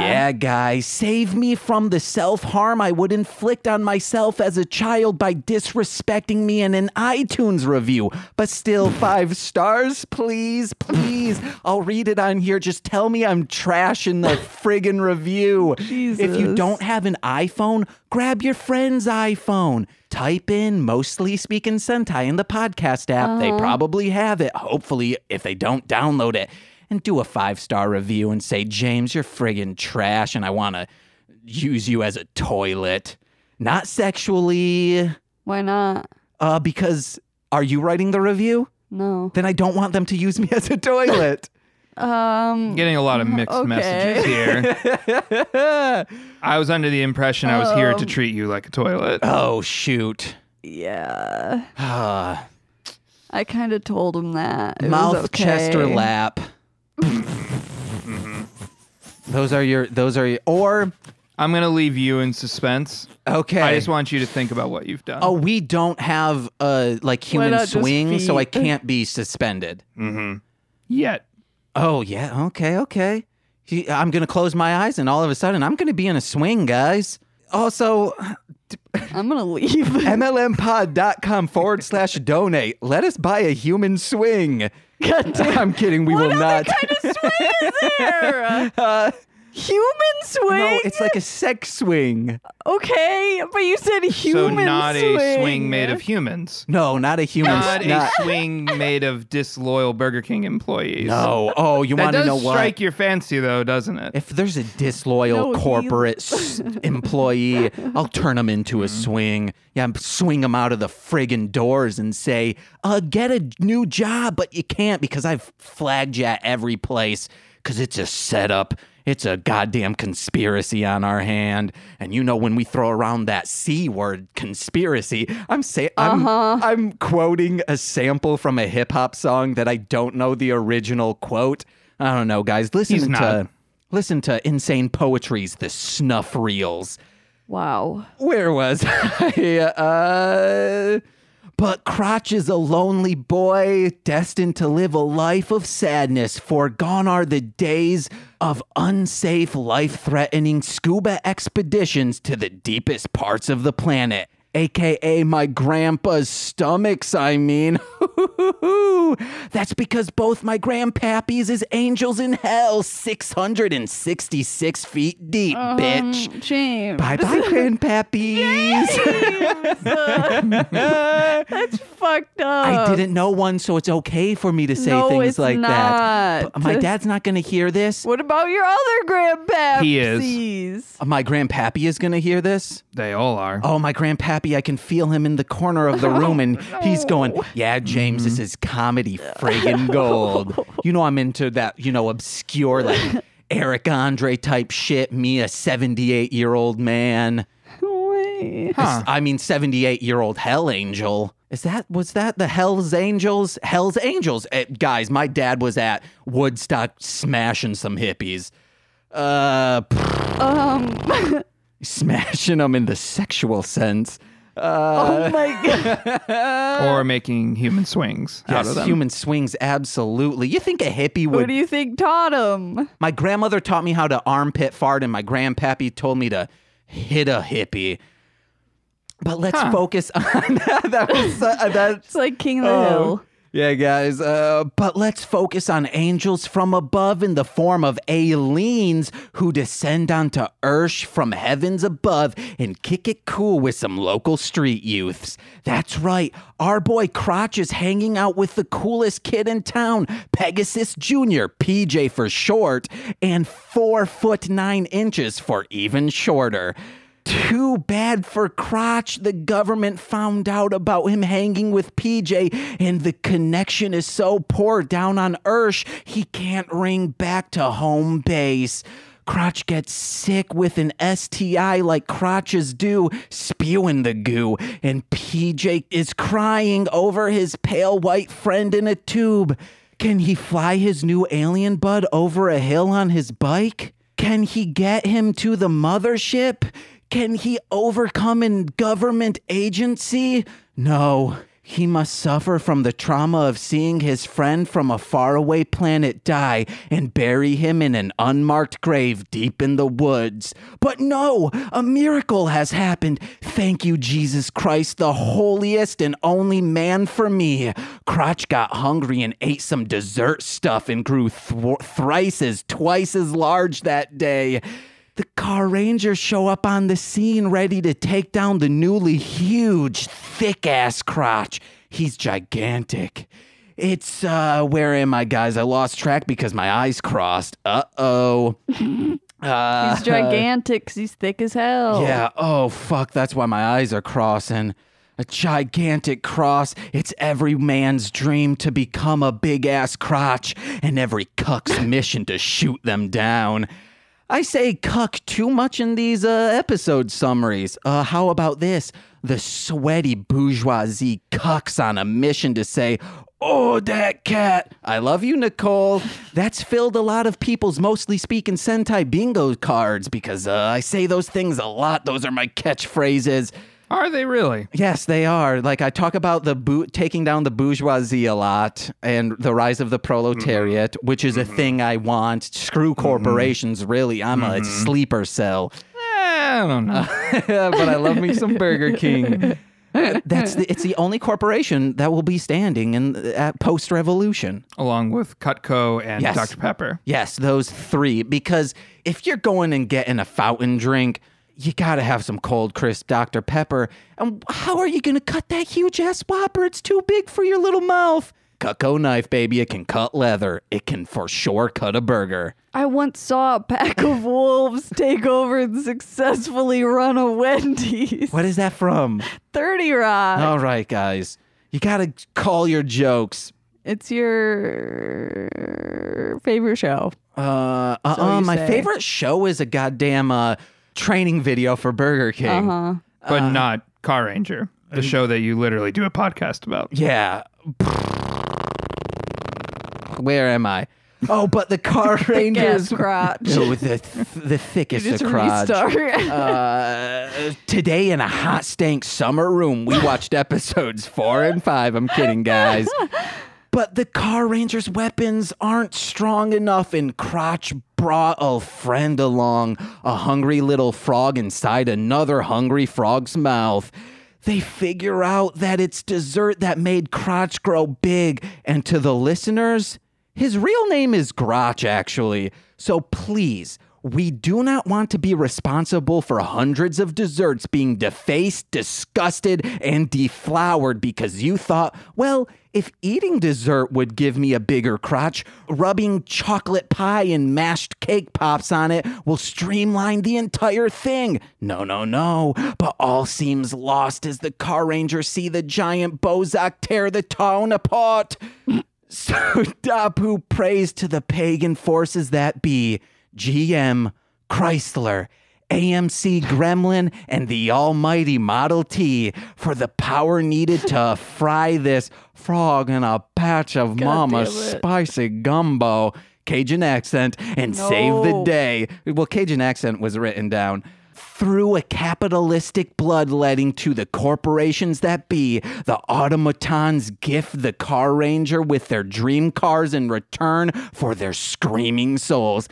Yeah, guys, save me from the self harm I would inflict on myself as a child by disrespecting me in an iTunes review. But still, five stars, please, please. I'll read it on here. Just tell me I'm trash in the friggin' review. If you
Jesus.
don't have an iPhone, grab your friend's iPhone. Type in mostly speaking Sentai in the podcast app. They probably have it. Hopefully, if they don't, download it and do a five star review and say, James, you're friggin' trash and I wanna use you as a toilet. Not sexually,
Why not?
uh, because are you writing the review?
No.
Then I don't want them to use me [laughs] as a
[laughs]
toilet.
Um.
Getting a lot of mixed
Okay.
messages here. I was under the impression I was here to
Um,
treat you like a toilet.
oh, shoot. [sighs]
Yeah.
Ah.
I kind of told him that. It was
mouth
okay.
chest or
[laughs]
lap those are your those are your, or
I'm going to leave you in suspense.
okay
I just want you to think about what you've done.
oh we don't have uh like human
not just
swing so i
feet?
can't be suspended
Yet.
oh yeah okay okay He- i'm gonna close my eyes and all of a sudden i'm gonna be in a swing guys also
I'm gonna
[laughs]
leave. [laughs]
mlmpod.com [laughs] forward slash donate let us buy a human swing [laughs] i'm kidding we will not
there.
[laughs] Uh,
Human swing.
[laughs] no it's like a sex swing
okay, but you said
So
human.
not
swing.
a swing made of humans.
no not a human
Not
not-
a swing made of disloyal Burger King employees.
No. Oh, you
That
want to
does
know what?
strike your fancy though, doesn't it?
if there's a disloyal
No, he- [laughs]
corporate s- employee, I'll turn him into
Mm-hmm.
a swing. Yeah, I'm- swing him out of the friggin' doors and say, uh, get a new job, but you can't because I've flagged you at every place because it's a setup. It's a goddamn conspiracy on our hand. And you know when we throw around that C word conspiracy, I'm say I'm
Uh-huh.
I'm quoting a sample from a hip hop song that I don't know the original quote. I don't know, guys. Listen
He's
to
not.
listen to Insane Poetry's The Snuff Reels
Wow.
where was [laughs] I? Uh, but Crotch is a lonely boy destined to live a life of sadness, for gone are the days of unsafe, life threatening scuba expeditions to the deepest parts of the planet. AKA my grandpa's stomachs, I mean. [laughs] That's because both my grandpappies is angels in hell, 666 feet deep, bitch. [laughs]
Um, James. [laughs]
Bye bye, grandpappies.
That's fucked up.
I didn't know one, so it's okay for me to say
No,
things
it's
like that.
not.
But my dad's not going to hear this. Uh,
What about your other grandpa?
He is.
My grandpappy is going to hear this.
They all are.
Oh, my grandpappy, I can feel him in the corner
[laughs]
of
Oh,
the room, and he's going, Yeah, James,
Mm-hmm.
this is comedy
[laughs]
friggin' gold. you know, I'm into that, you know, obscure,
[laughs]
like Eric Andre type shit, me, a 78 year old man.
Wait.
Huh.
I mean, 78 year old Hell Angel. Is that, was that the Hell's Angels? Hell's Angels. Eh, guys, my dad was at Woodstock smashing some hippies. Uh, [laughs] pfft,
Um.
smashing them in the sexual sense. Uh, [laughs]
oh my god.
or making human swings out of
yes,
them.
human swings, absolutely. You think a hippie
What
would.
do you think taught him?
my grandmother taught me how to armpit fart, and my grandpappy told me to hit a hippie. But let's
Huh.
focus [laughs] on that. Was, uh, that
It's like King of the
Oh.
Hill.
Yeah, guys. Uh, but let's focus on angels from above in the form of aliens who descend onto Earth from heavens above and kick it cool with some local street youths. That's right. Our boy Crotch is hanging out with the coolest kid in town, Pegasus Jr., PJ for short, and four foot nine inches for even shorter. Too bad for Crotch. The government found out about him hanging with PJ, and the connection is so poor down on Ursh, he can't ring back to home base. Crotch gets sick with an STI like crotches do, spewing the goo, and PJ is crying over his pale white friend in a tube. Can he fly his new alien bud over a hill on his bike? Can he get him to the mothership? Can he overcome in government agency? No. He must suffer from the trauma of seeing his friend from a faraway planet die and bury him in an unmarked grave deep in the woods. But no, a miracle has happened. Thank you, Jesus Christ, the holiest and only man for me. Crotch got hungry and ate some dessert stuff and grew thw- thrice as twice as large that day. The car rangers show up on the scene ready to take down the newly huge, thick ass crotch. He's gigantic. It's, uh, where am I, guys? I lost track because my eyes crossed. Uh oh. uh,
He's gigantic. 'cause he's thick as hell.
yeah. Oh, fuck. That's why my eyes are crossing. A gigantic cross. It's every man's dream to become a big ass crotch and every cuck's mission to shoot them down. I say cuck too much in these uh, episode summaries. Uh, how about this? The sweaty bourgeoisie cucks on a mission to say, Oh, that cat. I love you, Nicole. That's filled a lot of people's mostly speaking Sentai bingo cards because uh, I say those things a lot. Those are my catchphrases.
Are they really?
Yes, they are. Like I talk about the bou- taking down the bourgeoisie a lot and the rise of the proletariat, which is a thing I want. Screw corporations, really. I'm a sleeper cell. [laughs]
Eh, I don't know.
but I love
[laughs]
me some Burger King. That's the, it's the only corporation that will be standing in at post revolution.
Along with Cutco and
Yes.
Dr. Pepper.
Yes, those three. Because if you're going and getting a fountain drink, you gotta have some cold, crisp Dr. Pepper. And how are you gonna cut that huge ass whopper? It's too big for your little mouth. Cutco knife, baby. It can cut leather. It can for sure cut a burger.
I once saw a
[laughs]
pack of wolves take over and successfully run a Wendy's.
What is
[laughs]
that from?
30 Rock.
All right, guys. You gotta call your jokes.
It's your favorite show.
Uh, uh,
So you
my
say.
favorite show is a goddamn uh, training video for Burger King.
Uh-huh.
but
Uh,
not Car Ranger, the show that you literally do a podcast about.
Yeah. Where am I? Oh, but the
[laughs]
Car
Gas
Rangers.
crotch.
Oh, the th- the thickest
[laughs] Just
of crotch.
restart.
Uh, today in a hot stank summer room, we watched episodes four and five. I'm kidding, guys. But the Car Ranger's weapons aren't strong enough, and Crotch brought a friend along, a hungry little frog inside another hungry frog's mouth. They figure out that it's dessert that made Crotch grow big, and to the listeners, his real name is Grotch, actually. So please, we do not want to be responsible for hundreds of desserts being defaced, disgusted, and deflowered because you thought, well, if eating dessert would give me a bigger crotch, rubbing chocolate pie and mashed cake pops on it will streamline the entire thing. No, no, no. But all seems lost as the Car Rangers see the giant Bozak tear the town apart. So [laughs] Dapu prays to the pagan forces that be GM, Chrysler, AMC Gremlin, and the almighty Model T for the power needed
[laughs]
to fry this frog in a patch of mama's
damn it.
spicy gumbo, Cajun accent, and save the
No.
day. Well, Cajun accent was written down. Through a capitalistic bloodletting to the corporations that be, the automatons gift the car ranger with their dream cars in return for their screaming souls.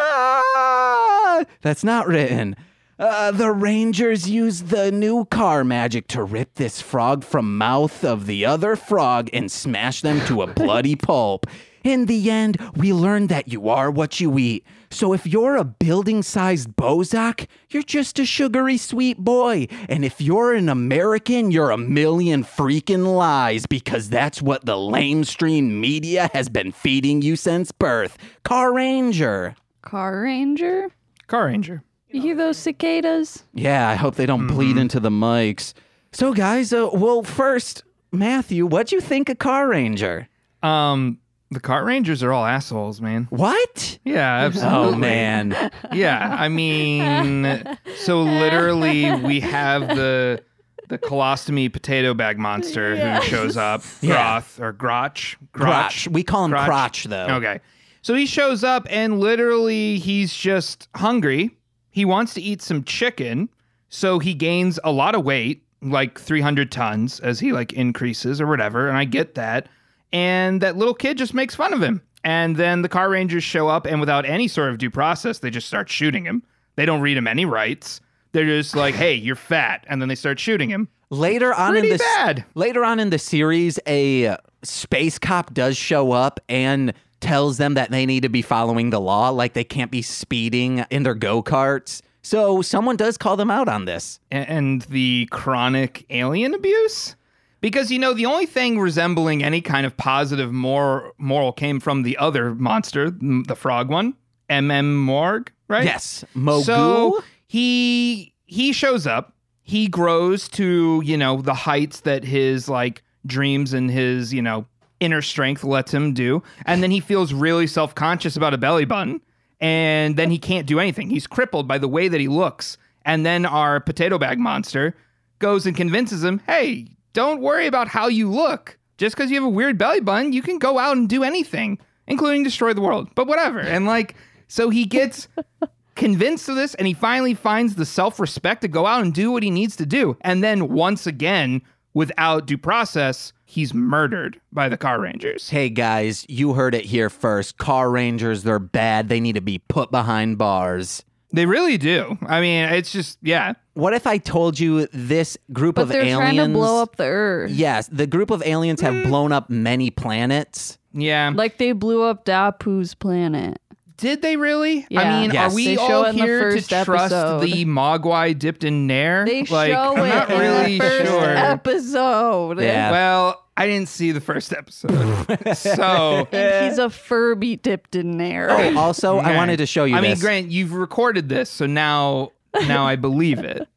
Ah, ah. That's not written. Uh, the Rangers use the new car magic to rip this frog from mouth of the other frog and smash them to a bloody pulp. In the end, we learn that you are what you eat. So if you're a building-sized bozak, you're just a sugary sweet boy. And if you're an American, you're a million freaking lies because that's what the lamestream media has been feeding you since birth. Car Ranger.
[laughs] Car Ranger?
Car Ranger.
You hear those cicadas?
Yeah, I hope they don't bleed
Mm-hmm.
into the mics. So, guys, uh, well, first, Matthew, what'd you think of Car Ranger?
Um, the Car Rangers are all assholes, man.
What?
Yeah,
Oh
absolutely. [laughs]
man,
Yeah, I mean, so literally we have the the colostomy potato bag monster
Yes.
who shows up,
Yeah.
Groth or Grotch,
crotch. We call him crotch,
Crotch.
though.
Okay. So he shows up and literally he's just hungry. He wants to eat some chicken, so he gains a lot of weight, like 300 tons as he like increases or whatever, and I get that. And that little kid just makes fun of him. And then the car rangers show up and without any sort of due process, they just start shooting him. They don't read him any rights. They're just like, "Hey, you're fat." And then they start shooting him.
Later on in
Pretty
the s-
bad.
later on in the series, a uh, space cop does show up and tells them that they need to be following the law, like they can't be speeding in their go karts. So someone does call them out on this.
a- and the chronic alien abuse because you know the only thing resembling any kind of positive mor- moral came from the other monster m- the frog one mm morg right
Yes, Mogu.
so he he shows up he grows to you know the heights that his like dreams and his you know inner strength lets him do and then he feels really self-conscious about a belly button and then he can't do anything he's crippled by the way that he looks and then our potato bag monster goes and convinces him hey don't worry about how you look just because you have a weird belly button you can go out and do anything including destroy the world but whatever and like so he gets [laughs] convinced of this and he finally finds the self-respect to go out and do what he needs to do and then once again without due process he's murdered by the car rangers
Hey guys, you heard it here first. Car Rangers, they're bad. They need to be put behind bars.
they really do i mean it's just yeah
What if I told you this group
But
of
they're
aliens?
trying to blow up the Earth.
Yes, the group of aliens
Mm.
have blown up many
[clears throat]
planets.
yeah
Like they blew up Dapu's planet.
did they really
Yeah.
i mean
Yes.
are we
They show
all
it in the
here
first
to trust
episode.
the mogwai dipped in nair
They
like
show
i'm
it
not
in
really
the first
sure
episode.
Yeah.
well i didn't see the
[laughs]
first episode so
And he's a Furby dipped in there.
Oh.
Also, I
Okay.
wanted to show you
I mean,
this.
Grant, you've recorded this, so now now I
[laughs]
believe it.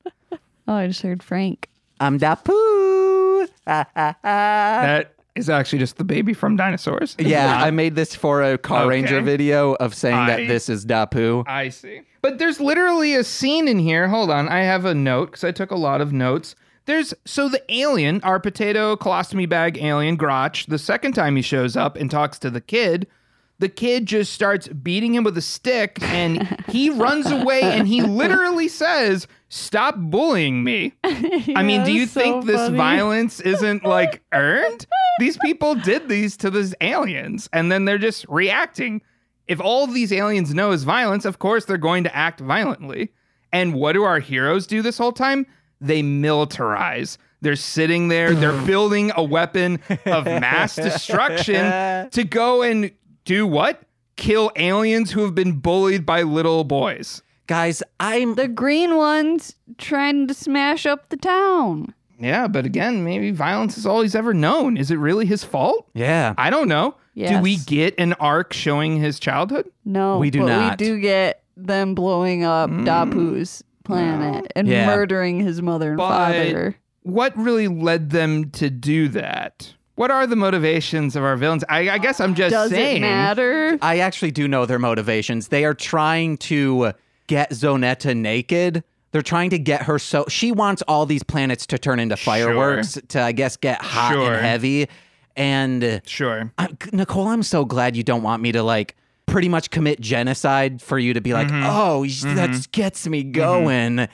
Oh, I just heard Frank. [laughs]
I'm Dapu. Ah, ah, ah.
Uh,
That is actually just the baby from dinosaurs.
[laughs] Yeah, I made this for a Car Ranger
Okay.
video of saying
I-
that this is Dapu.
I see. But there's literally a scene in here. Hold on. I have a note because I took a lot of notes. There's so the alien, our potato colostomy bag alien, Grotch, the second time he shows up and talks to the kid, the kid just starts beating him with a stick and he runs away and he literally says, Stop bullying me. I mean, do you think this violence isn't like earned? These people did these to these aliens and then they're just reacting. If all these aliens know is violence, of course they're going to act violently. And what do our heroes do this whole time? They militarize. They're sitting there, they're building a weapon of mass destruction to go and do what? Kill aliens who have been bullied by little boys.
Guys, I'm
The green ones trying to smash up the town.
Yeah, but again, maybe violence is all he's ever known. Is it really his fault?
Yeah.
I don't know. Do we
Yes.
get an arc showing his childhood?
No,
We do
but
not.
We do get them blowing up
Mm.
Dapu's planet and
Yeah.
murdering his mother and
But-
father.
What really led them to do that? What are the motivations of our villains? I, I guess I'm just
Does
saying.
it matter?
I actually do know their motivations. They are trying to get Zonetta naked. They're trying to get her so she wants all these planets to turn into fireworks to I guess get hot
Sure.
and heavy. And
Sure.
I, Nicole, I'm so glad you don't want me to like pretty much commit genocide for you to be like,
Mm-hmm.
oh, sh- that gets me going.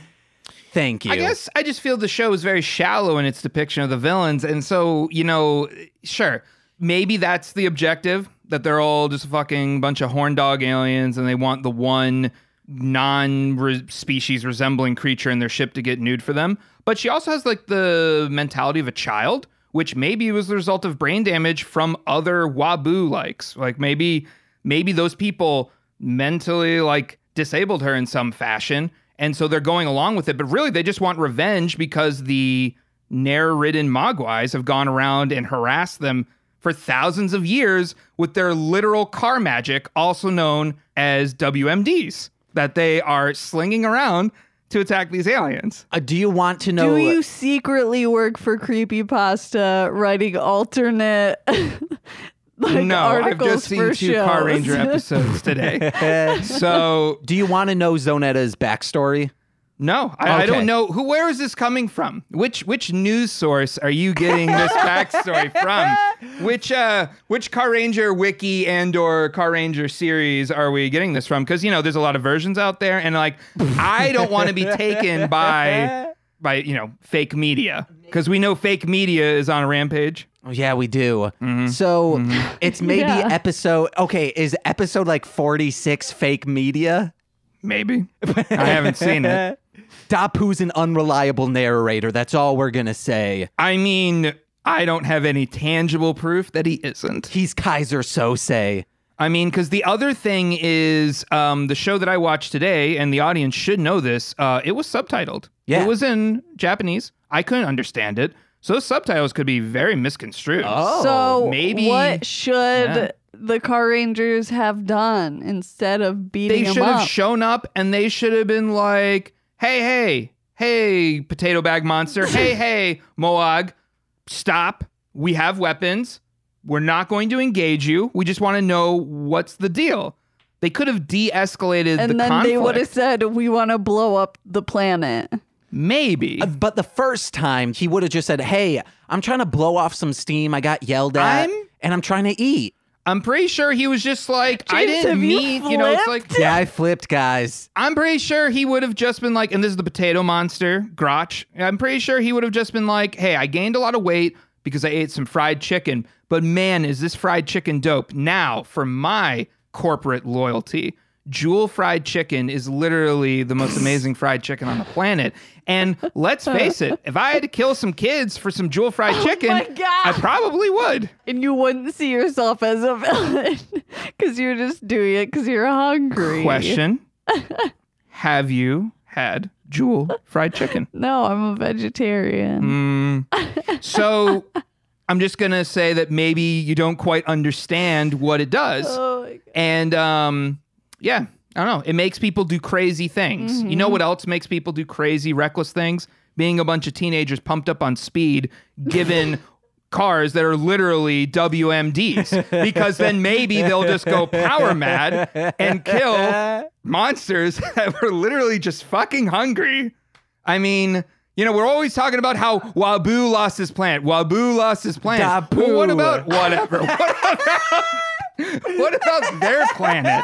Thank you.
I guess I just feel the show is very shallow in its depiction of the villains. And so, you know, sure, maybe that's the objective that they're all just a fucking bunch of horn dog aliens and they want the one non species resembling creature in their ship to get nude for them. But she also has like the mentality of a child, which maybe was the result of brain damage from other Wabu likes. Like maybe maybe those people mentally like disabled her in some fashion and so they're going along with it but really they just want revenge because the nair-ridden mogwais have gone around and harassed them for thousands of years with their literal car magic also known as wmds that they are slinging around to attack these aliens
Uh, do you want to know? uh,
Do [laughs] you secretly work for Creepypasta writing alternate [laughs] like
no i've
articles
just seen
for
two car
shows?
ranger episodes today so
do you want to know Zonetta's backstory?
No, I, I
Okay.
don't know who. Where is this coming from? Which which news source are you getting this backstory from? Which uh, which Car Ranger wiki and or Car Ranger series are we getting this from? Because you know, there's a lot of versions out there, and like, I don't want to be taken by by you know fake media because we know fake media is on a rampage.
Oh, yeah, we do. So it's maybe
Yeah.
episode. Okay, is episode like 46 fake media?
Maybe I haven't seen it.
Dapu's an unreliable narrator. That's all we're going to say.
I mean, I don't have any tangible proof that he isn't.
He's Kaiser Sose.
I mean, because the other thing is um, the show that I watched today, and the audience should know this. Uh, it was subtitled.
Yeah.
it was in Japanese. I couldn't understand it, so those subtitles could be very misconstrued.
Oh.
[laughs] so
maybe-
what should
yeah.
the Car Rangers have done instead of beating
They
him
should
up?
have shown up, and they should have been like, "Hey, hey, hey, potato
[laughs]
bag monster! hey, hey, Moag, stop! We have weapons. We're not going to engage you. We just want to know what's the deal." They could have de-escalated
and
the
then
conflict.
they would have said, "We want to blow up the planet."
Maybe.
Uh, But the first time, he would have just said, Hey, I'm trying to blow off some steam. I got yelled at,
I'm-
and I'm trying to eat.
I'm pretty sure he was just like, I
James,
didn't
have you
mean, you, know, it's like,
[laughs]
flipped?
Yeah, I flipped, guys.
I'm pretty sure he would have just been like, and this is the potato monster, Grotch. I'm pretty sure he would have just been like, hey, I gained a lot of weight because I ate some fried chicken, but man, is this fried chicken dope. Now, for my corporate loyalty, Jewel fried chicken is literally the most amazing fried chicken on the planet. And let's face it, if I had to kill some kids for some
[laughs]
Jewel fried chicken,
Oh my God.
I probably would.
And you wouldn't see yourself as a [laughs] villain because you're just doing it because you're hungry.
Question Have you had jewel fried chicken?
No, I'm a vegetarian.
Mm. So I'm just going to say that maybe you don't quite understand what it does.
Oh my God.
And um, yeah, I don't know. It makes people do crazy things. You know what else makes people do crazy, reckless things? Being a bunch of teenagers pumped up on speed, given cars that are literally WMDs because then maybe they'll just go power mad and
Oh. Uh.
kill monsters [laughs] that were literally just fucking hungry. I mean, you know, we're always talking about how Wabu lost his plant. Wabu lost his plant.
Dabu.
Well, what about whatever? [laughs] What about, what about their planet?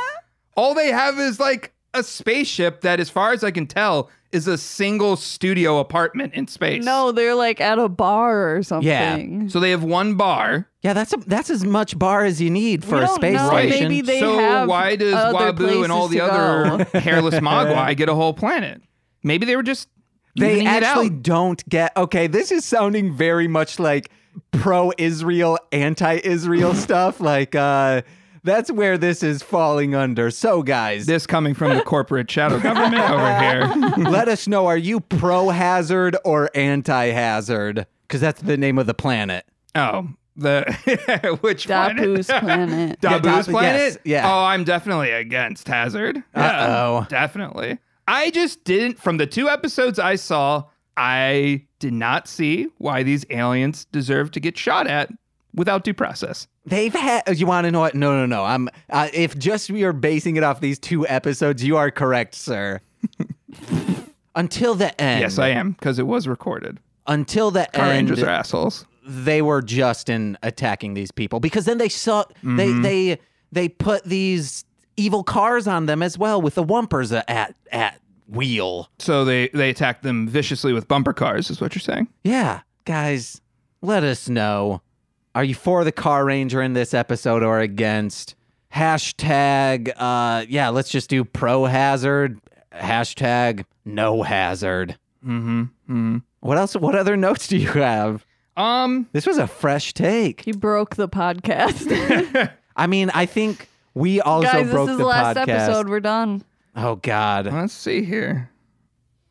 All they have is like a spaceship that, as far as I can tell, is a single studio apartment in space.
No, they're like at a bar or something.
So they have one bar.
Yeah, that's a, that's as much bar as you need for
We
a
don't
space
know.
station.
Maybe they
so
have
why does
other
Wabu
places
and all the
to
other
[laughs] go.
hairless Mogwai get a whole planet? Maybe they were just
They
evening it
actually
out.
don't get. Okay, this is sounding very much like pro-Israel, anti-Israel [laughs] stuff. Like uh, that's where this is falling under. So, guys,
this [laughs] coming from the corporate
[laughs]
shadow government over here.
let us know: Are you pro-hazard or anti-hazard? Because that's the name of the planet.
Oh, the [laughs]
[laughs]
which
Dapu's
[laughs] planet?
planet.
Dabu's
Dabu-
planet?
yes, yeah.
Oh, I'm definitely against Hazard. Yeah,
Uh-oh.
Definitely. I just didn't, from the two episodes I saw, I did not see why these aliens deserve to get shot at without due process.
They've had. uh, You want to know what? No, no, no. I'm. Uh, if just we are basing it off these two episodes, you are correct, sir. [laughs] Until the end.
Yes, I am, because it was recorded.
Until the
Our
end.
Rangers are assholes.
they were just in attacking these people because then they saw they
Mm-hmm.
they they put these evil cars on them as well with the wumpers a- at at wheel.
So they, they attacked them viciously with bumper cars, is what you're saying?
Yeah, guys, let us know. Are you for the car ranger in this episode or against? Hashtag uh yeah, let's just do pro hazard. Hashtag no hazard.
Mm-hmm. Mm-hmm.
What else what other notes do you have?
Um,
This was a fresh take.
He broke the podcast.
I mean, I think we [laughs] also
Guys,
broke
this is
the
the last
podcast.
episode. We're done.
Oh God.
let's see here.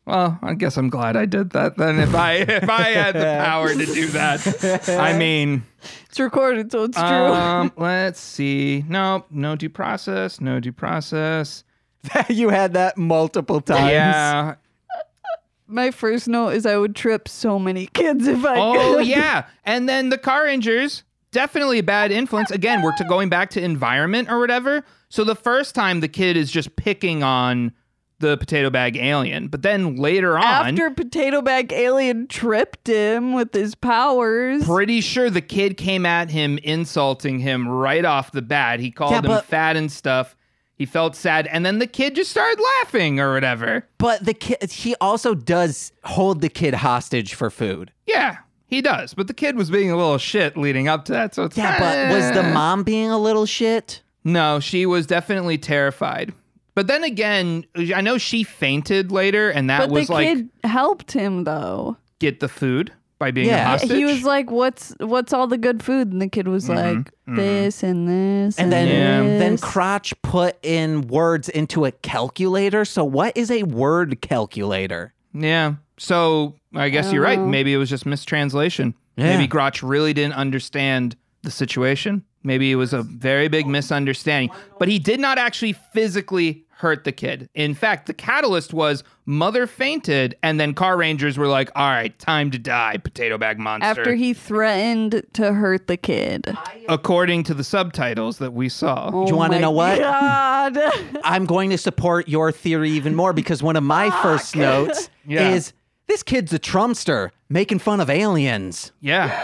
Well, I guess I'm glad I did that then. If I [laughs] if I had the power to do that, I mean,
It's recorded, so it's
Uh,
Um, let's see. No, no due process. No due process.
[laughs] you had that multiple times.
Yeah.
true. My first note is I would trip so many kids if I [laughs]
Oh
could.
yeah. And then the car rangers definitely a bad influence. Again, we're to going back to environment or whatever. So the first time the kid is just picking on the potato bag alien, but then later on,
After Potato Bag Alien tripped him with his powers.
pretty sure the kid came at him insulting him right off the bat. He called
Yeah,
him
but-
fat and stuff. He felt sad, and then the kid just started laughing or whatever.
But the kid he also does hold the kid hostage for food.
Yeah, he does. But the kid was being a little shit leading up to that. So it's
Yeah, but was the
Eh.
mom being a little shit?
no? She was definitely terrified. But then again, I know she fainted later, and that
but the
was like
kid helped him though.
get the food by being a
Yeah.
hostage.
He was like, "What's what's all the good food?" And the kid was like, "This and this."
Mm-hmm, And then um,
Yeah.
then
this."
Crotch put in words into a calculator. So what is a word calculator?
yeah. So I guess you're right.
Oh.
Maybe it was just mistranslation.
Yeah.
Maybe Grotch really didn't understand the situation. Maybe it was a very big misunderstanding. But he did not actually physically hurt the kid. In fact, the catalyst was mother fainted, and then car rangers were like, all right, time to die, potato bag monster.
after he threatened to hurt the kid.
According to the subtitles that we saw.
Do you want to know what?
Oh God.
[laughs]
[laughs]
I'm going to support your theory even more because one of my first notes
[laughs] Yeah.
is this kid's a Trumpster making fun of aliens.
Yeah,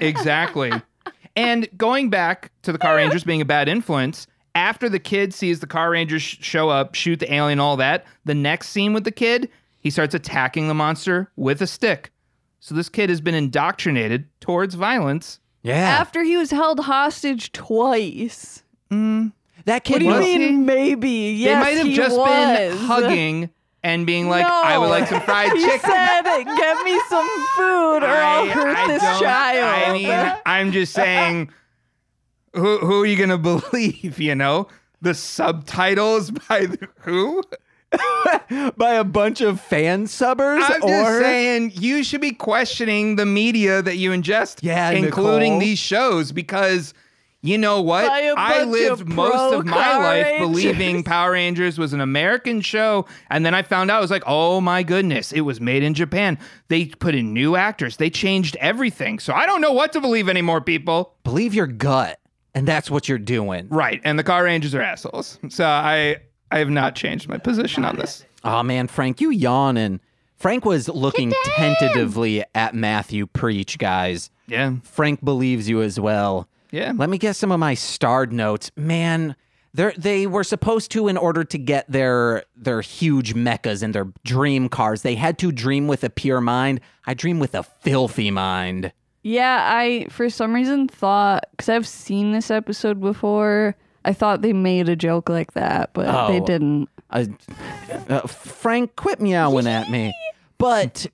exactly. And going back to the Car Rangers being a bad influence, after the kid sees the Car Rangers sh- show up, shoot the alien, all that, the next scene with the kid, he starts attacking the monster with a stick. So this kid has been indoctrinated towards violence.
Yeah.
after he was held hostage twice.
that kid
What do you
was-
mean? Maybe yes,
they might have
he
just
was. [laughs]
been hugging and being like, I would
No.
like some fried
[laughs] He
chicken.
said, "Get me some food, or I'll hurt this
don't-
child."
I mean, I'm just saying, who who are you gonna [laughs] believe? You know, the subtitles by the, who?
by a bunch of fan subbers
I'm
or
just saying you should be questioning the media that you ingest,
Yeah,
including
Nicole.
these shows, because you know what?
By a
I
bunch
lived
of
most of my
pro-Power
life
Rangers.
believing Power Rangers was an American show. And then I found out, I was like, oh my goodness, it was made in Japan. They put in new actors, they changed everything. So I don't know what to believe anymore, people.
Believe your gut, and that's what you're doing.
Right. And the Car Rangers are assholes. So I, I have not changed my position on this.
Oh man, Frank, you yawning. Frank was looking tentatively at Matthew preach, guys.
Yeah.
Frank believes you as well.
Yeah.
Let me get some of my starred notes. Man, they they were supposed to in order to get their their huge mechas and their dream cars. They had to dream with a pure mind. I dream with a filthy mind.
Yeah, I for some reason thought because I've seen this episode before. I thought they made a joke like that, but they
Oh.
didn't.
Uh, uh, Frank, quit meowing at me. But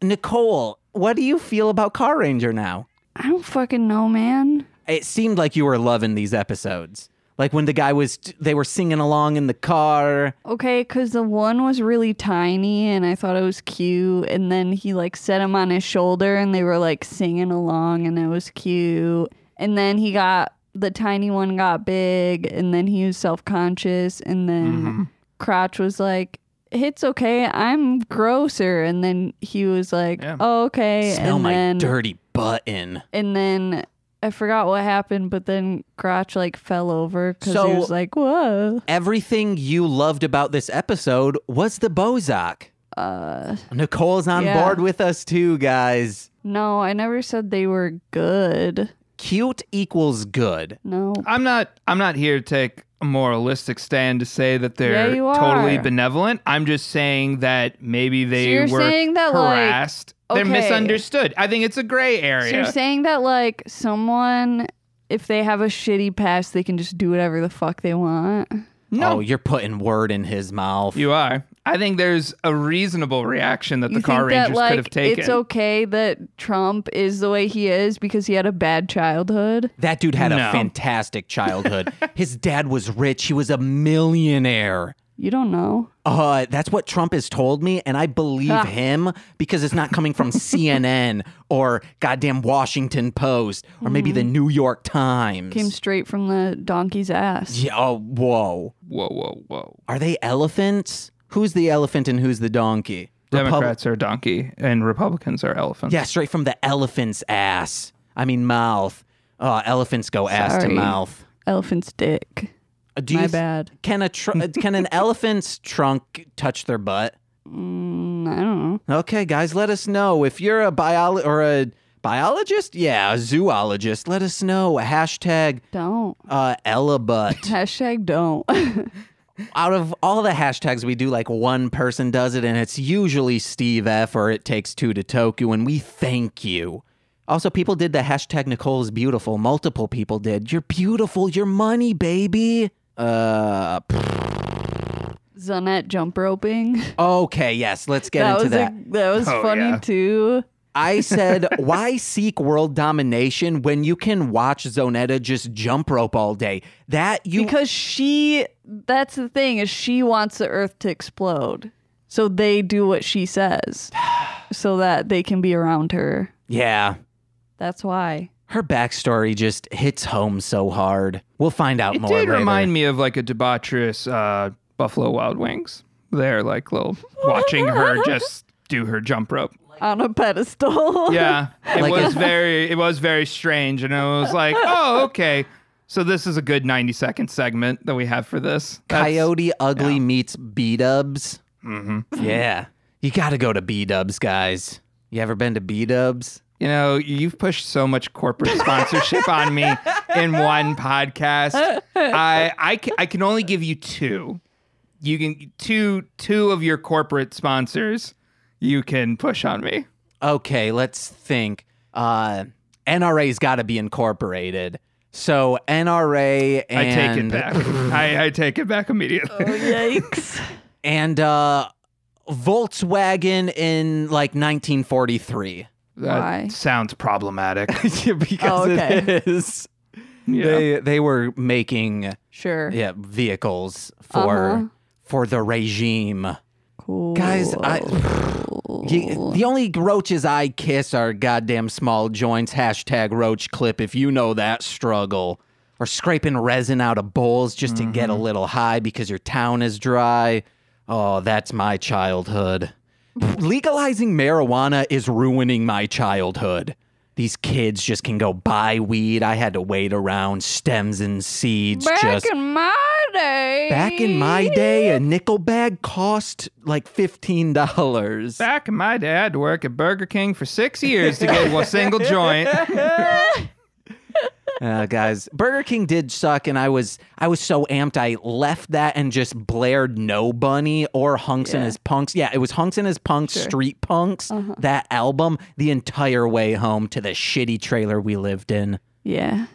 Nicole, what do you feel about Car Ranger now?
I don't fucking know, man.
it seemed like you were loving these episodes. Like when the guy was, they were singing along in the car.
Okay, because the one was really tiny and I thought it was cute. And then he like set him on his shoulder and they were like singing along and it was cute. And then he got the tiny one got big and then he was self conscious. And then
Mm-hmm.
Crotch was like, It's okay, I'm grosser. And then he was like,
Yeah.
oh, Okay.
Smell
and
my
then,
dirty button.
And then. I forgot what happened, but then Crotch like fell over because
So-
he was like, "Whoa!"
Everything you loved about this episode was the Bozak.
Uh,
Nicole's on
Yeah.
board with us too, guys.
No, I never said they were good.
Cute equals good.
No.
I'm not I'm not here to take a moralistic stand to say that
Yeah,
they're
you
totally
are.
benevolent. I'm just saying that maybe they
you're
were
saying that, like-
harassed.
Okay.
They're misunderstood. I think it's a gray
So
area.
you're saying that like someone if they have a shitty past, they can just do whatever the fuck they want.
Oh, you're putting word in his mouth.
you are. I think there's a reasonable reaction that
you
the car
think
rangers
that like
could have taken.
it's okay that Trump is the way he is because he had a bad childhood?
that dude had
No.
a
[laughs]
fantastic childhood. his dad was rich. He was a millionaire.
You don't know.
Uh, that's what Trump has told me, and I believe
Ah.
him because it's not
[laughs]
coming from CNN or goddamn Washington Post or maybe the New York Times.
Mm-hmm. Came straight from the donkey's ass.
Yeah, oh, whoa.
whoa, whoa, whoa.
Are they elephants? Who's the elephant and who's the donkey? Repub-
Democrats are donkey and Republicans are elephants.
yeah, straight from the elephant's ass. I mean, mouth. Uh, elephants go ass to
Sorry.
mouth.
Elephant's dick.
Uh, do you
My
th-
bad.
Can a tr- uh, can
[laughs]
an elephant's trunk touch their butt?
Mm, I don't know.
Okay, guys, let us know if you're a bio or a biologist. Yeah, a zoologist. Let us know. Hashtag
Don't.
uh, Ella
[laughs]
butt.
Hashtag don't.
Out of all the hashtags we do, like one person does it, and it's usually Steve F or it takes two to Toku, and we thank you. Also, people did the hashtag Nicole is beautiful. Multiple people did. You're beautiful. You're money, baby. Uh,
Zonette jump roping.
okay, yes, let's get into
was
that.
A, that was
Oh,
funny
yeah.
too.
I
[laughs]
said, why seek world domination when you can watch Zonetta just jump rope all day? That you
because she that's the thing is she wants the earth to explode so they do what
[sighs]
she says so that they can be around her
Yeah.
that's why
Her backstory just hits home so hard. We'll find out
It
more.
did
later.
remind me of like a debaucherous uh, Buffalo Wild Wings. They're
[laughs]
like little watching her just do her jump rope.
on a
[laughs]
pedestal
Yeah, it
Like
was
a-
very it was very strange, and I
[laughs]
was like, oh, okay. So this is a good ninety second segment that we have for this. That's-
Coyote Ugly meets B Dubs. Mm-hmm. Yeah. You got to go to B Dubs, guys. You ever been to B Dubs?
You know, you've pushed so much corporate sponsorship on me in one podcast. I I can, I can only give you two. You can two two of your corporate sponsors. You can push on me.
okay, let's think. Uh, NRA's got to be incorporated. So NRA and
I take it back. I, I take it back immediately.
[laughs]
oh yikes
and uh, Volkswagen in like 1943.
That
Why?
sounds problematic.
[laughs]
[laughs]
because
Oh, okay.
it is. [laughs]
Yeah.
They they were making
sure
yeah vehicles for
Uh-huh.
for the regime.
cool
Guys, I, You- the only roaches I kiss are goddamn small joints. Hashtag roach clip if you know that struggle. or scraping resin out of bowls just to get a little high because your town is dry. Oh, that's my childhood. Legalizing marijuana is ruining my childhood. These kids just can go buy weed. I had to wait around stems and seeds
Back
just
in my day.
Back in my day, a nickel bag cost like fifteen dollars.
Back in my day, I had to work at Burger King for six years to get a single
[laughs]
joint.
Uh, guys, Burger King did suck, and I was I was so amped. I left that and just blared "No Bunny" or "Hunks and
Yeah. Uh-huh.
His Punks." Yeah, it was "Hunks and His Punks," "Street Punks," that album the entire way home to the shitty trailer we lived in.
Yeah.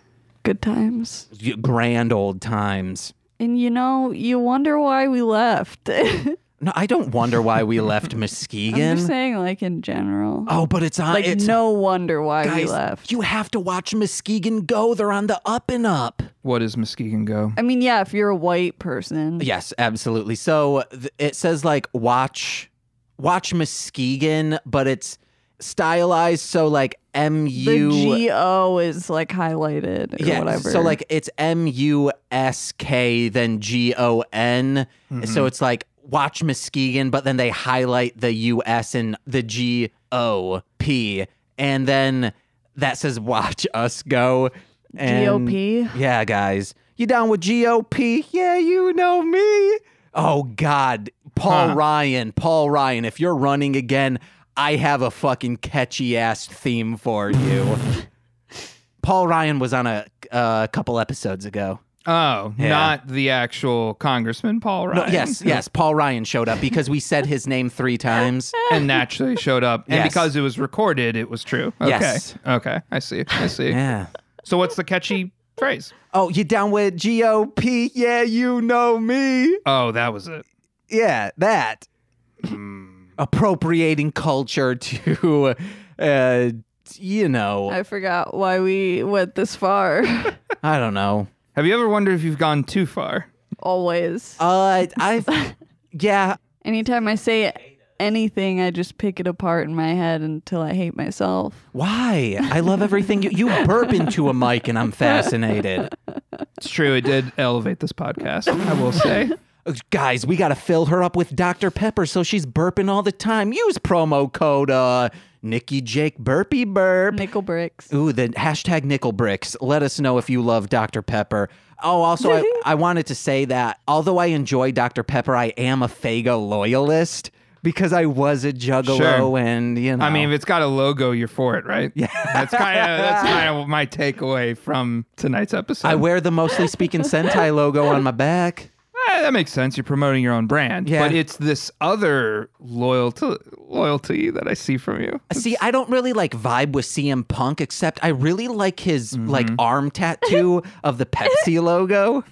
Good times.
Grand old times.
And you know, you wonder why we left. [laughs] I'm
No, I don't wonder why we
[laughs]
left
just
Muskegon.
saying, like in general.
Oh, but it's on.
like
it's
no wonder why we
guys,
left.
You have to watch Muskegon go. They're on the up and up.
What does Muskegon go?
I mean, yeah, if you're a white person.
Yes, absolutely. So th- it says like watch watch Muskegon, but it's stylized so like M U
The GO is like highlighted or
yeah,
whatever.
So like it's M U S K then G O N. So
Mm-hmm.
it's like watch Muskegon, but then they highlight the U S and the G O P, and then that says watch us go. And-
GOP?
Yeah, guys, you down with GOP? Yeah, you know me. Oh God, Paul
Huh.
Ryan, Paul Ryan, if you're running again, I have a fucking catchy ass theme for you. Paul Ryan was on a uh, couple episodes ago.
Oh,
Yeah.
not the actual congressman, Paul
No,
Ryan.
yes, yes, Paul Ryan showed up because we said his name three times.
And naturally showed up. And
Yes.
because it was recorded, it was true. Okay.
Yes.
Okay. I see. I see.
Yeah.
So what's the catchy phrase?
Oh, you down with GOP? Yeah, you know me.
Oh, that was it.
Yeah, that. Appropriating culture to, uh, you know,
I forgot why we went this far. [laughs]
I don't know.
Have you ever wondered if you've gone too far?
Always.
Uh, I've, yeah,
Anytime I say anything, I just pick it apart in my head until I hate myself.
why? I love everything. You, you burp into a mic and I'm fascinated.
It's true. It did elevate this podcast, I will say.
Uh, Guys, we got to fill her up with Dr. Pepper so she's burping all the time. Use promo code uh, Nikki Jake Burpy Burp.
Nickel bricks.
Ooh, the hashtag nickel bricks. Let us know if you love Dr. Pepper. Oh, also, [laughs] I, I wanted to say that although I enjoy Dr. Pepper, I am a Fago loyalist because I was a juggalo
Sure.
and, you know.
I mean, if it's got a logo, you're for it, right? Yeah. That's kind of that's
[laughs]
kind of my takeaway from tonight's episode.
I wear the Mostly Speaking
[laughs]
Sentai logo on my back.
Eh, that makes sense. You're promoting your own brand.
Yeah.
But it's this other loyalty loyalty that I see from you.
See, I don't really like vibe with CM Punk, except I really like his like arm tattoo of the [laughs] Pepsi logo.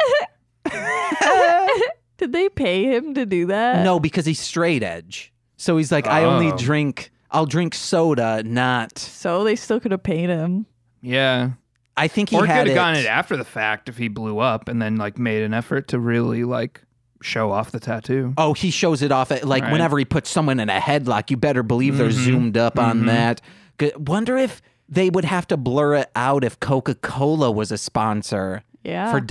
Did they pay him to do that?
No, because he's straight edge. So he's like, I only
Oh.
drink, I'll drink soda, not.
So they still could have paid him.
Yeah.
I think he
or
had it.
could have gotten it after the fact if he blew up and then like made an effort to really like show off the tattoo.
Oh, he shows it off at like
Right. Mm-hmm.
whenever he puts someone in a headlock. You better believe they're zoomed up on that. G- Wonder if they would have to blur it out if Coca Cola was a sponsor
Yeah.
for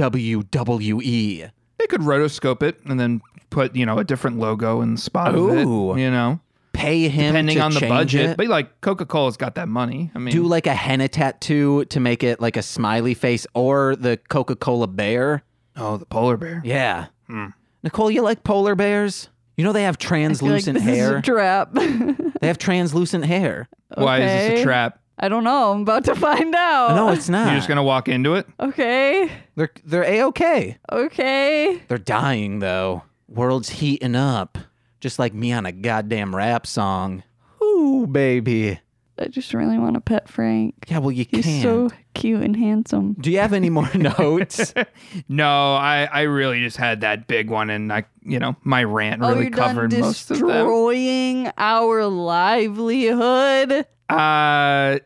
E. WWE.
They could rotoscope it and then put you know a different logo in the spot of
Ooh.
it. You know,
Pay him
depending
to
on the
change
budget.
it.
But like Coca Cola's got that money. I mean,
Do like a henna tattoo to make it like a smiley face or the Coca Cola bear.
oh the polar bear.
Yeah.
Hmm.
Nicole, you like polar bears? You know they have
I feel like
translucent
this
hair.
Is a trap. [laughs]
they have translucent hair.
Why is this
Okay.
a trap?
I don't know. I'm about to find out.
No, it's not.
You're just gonna walk into it.
Okay.
They're they're a okay.
Okay.
They're dying though. World's heating up, just like me on a goddamn rap song. Ooh, baby.
I just really want to pet Frank.
Yeah, well you
He's
can't.
so cute and handsome.
Do you have any
[laughs]
more notes?
No, I I really just had that big one, and I you know my rant
oh,
really
you're done
covered most of them.
destroying our livelihood.
Uh,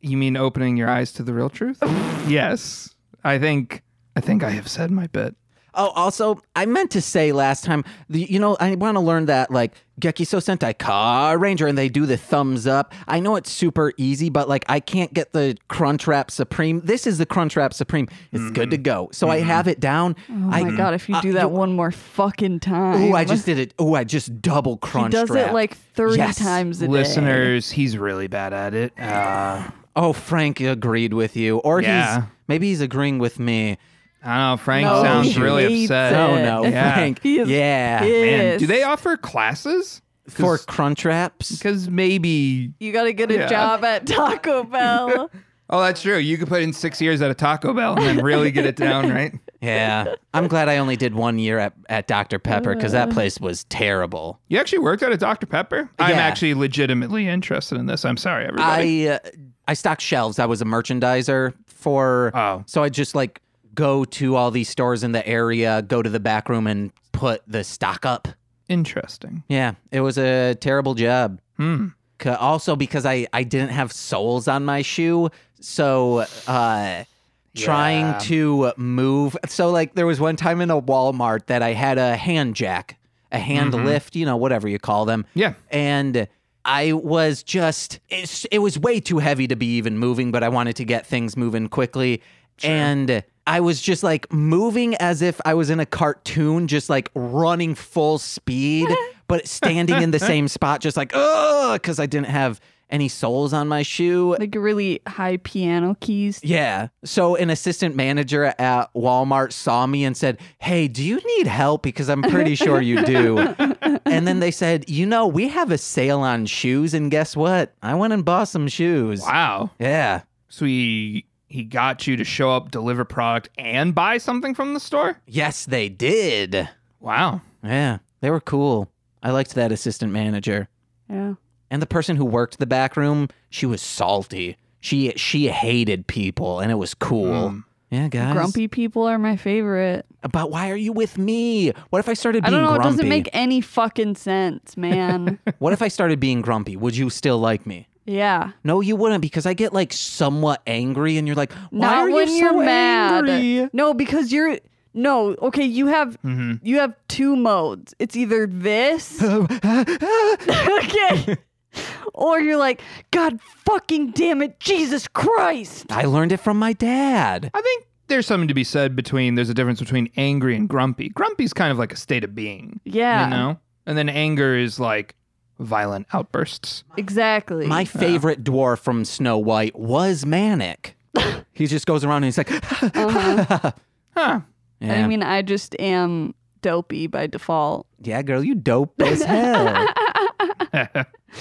you
[laughs]
mean opening your eyes to the real truth? yes, I think I think I have said my bit.
Oh, also, I meant to say last time, the, you know, I want to learn that like Gekiso Sentai Car Ranger and they do the thumbs up. I know it's super easy, but like I can't get the Crunchwrap Supreme. This is the Crunchwrap Supreme. It's good to go. So I have it down.
Mm-hmm. Oh
I,
my god, if you
uh,
do that one more fucking time.
Ooh, I just did it. Ooh, I just double
He
crunch.
does it like 30
Yes.
times a day.
Listeners, he's really bad at it. Uh,
Oh, Frank agreed with you, or
Yeah.
he's maybe he's agreeing with me.
I don't know. Frank
No,
sounds
he
really
hates
upset.
it.
Oh no,
Uh, Yeah.
Frank.
He is
yeah,
Man, do
pissed.
they offer classes?
for Crunchwraps.
Because maybe.
You got to get a
Yeah.
job
[laughs]
at Taco Bell.
Oh, that's true. You could put in six years at a Taco Bell and then really get it [laughs] down, right?
Yeah, I'm glad I only did one year at, at Dr Pepper because
Uh.
that place was terrible.
You actually worked at a Dr. Pepper? I'm
Yeah.
actually legitimately interested in this. I'm sorry, everybody.
I uh, I stocked shelves. I was a merchandiser for.
Oh.
So I just like go to all these stores in the area, go to the back room, and put the stock up.
Interesting.
Yeah, it was a terrible job.
Hmm.
C- Also because I I didn't have soles on my shoe, so uh trying
Yeah.
to move. So like there was one time in a Walmart that I had a hand jack, a hand lift, you know, whatever you call them.
Mm-hmm. Yeah.
And I was just it's, it was way too heavy to be even moving, but I wanted to get things moving quickly and I was just like moving as if I was in a cartoon, just like running full speed, but standing in the same spot, just like, oh, because I didn't have any soles on my shoe.
like really high piano keys.
Yeah. So an assistant manager at Walmart saw me and said, Hey, do you need help? Because I'm pretty sure you
[laughs]
do. and then they said, You know, we have a sale on shoes. And guess what? I went and bought some shoes.
Wow.
Yeah.
So he he got you to show up, deliver product, and buy something from the store?
Yes, they did.
Wow.
Yeah. They were cool. I liked that assistant manager.
Yeah.
And the person who worked the back room, she was salty. She she hated people and it was cool.
Mm.
Yeah, guys.
Hmm. Grumpy people are my favorite.
But why are you with me? What if I started
I
being
don't know.
grumpy?
It doesn't make any fucking
[laughs]
sense, man.
What if I started being grumpy? Would you still like me?
yeah.
No, you wouldn't because I get like somewhat angry and you're like, why
Not
are
when
you
are
so
mad.
angry?
No, because you're no. Okay, you have
Mm-hmm.
you have two modes. It's either
[laughs]
this, okay, or you're like, God fucking damn it, Jesus Christ.
I learned it from my dad.
I think there's something to be said between there's a difference between angry and grumpy. Grumpy's kind of like a state of being.
Yeah,
You know? And then anger is like violent outbursts.
exactly.
My favorite dwarf from Snow White was
[laughs]
manic. he just goes around and he's like, [laughs]
Huh.
yeah.
Uh-huh. I mean, I just am dopey by default.
yeah, girl, you dope
[laughs]
as hell.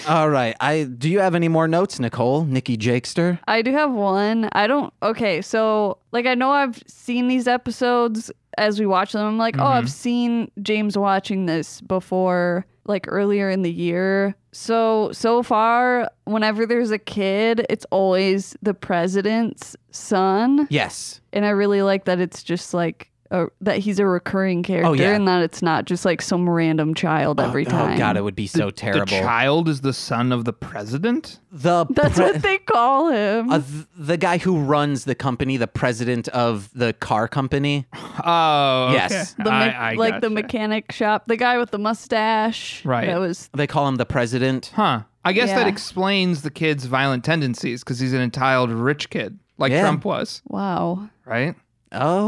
All right, I do you have any more notes, Nicole? Nikki Jakester?
I do have one. I don't. Okay, so like I know I've seen these episodes as we watch them. I'm like, oh,
Mm-hmm.
I've seen James watching this before, like earlier in the year. So so far, whenever there's a kid, it's always the president's son,
Yes.
and I really like that it's just like. A, that he's a recurring character
Oh, yeah.
and that it's not just like some random child every time.
Oh god, it would be so terrible.
The child is the son of the president?
The
That's
pre-
what they call him.
Uh, th- the guy who runs the company, the president of the car company.
Oh, okay.
Yes.
the
I-
mech-
I
like the
gotcha.
mechanic shop, the guy with the mustache.
Right.
That was
They call him the president.
Huh. I guess that
Yeah.
explains the kid's violent tendencies because he's an entitled rich kid, like
Yeah.
Trump was,
wow.
right?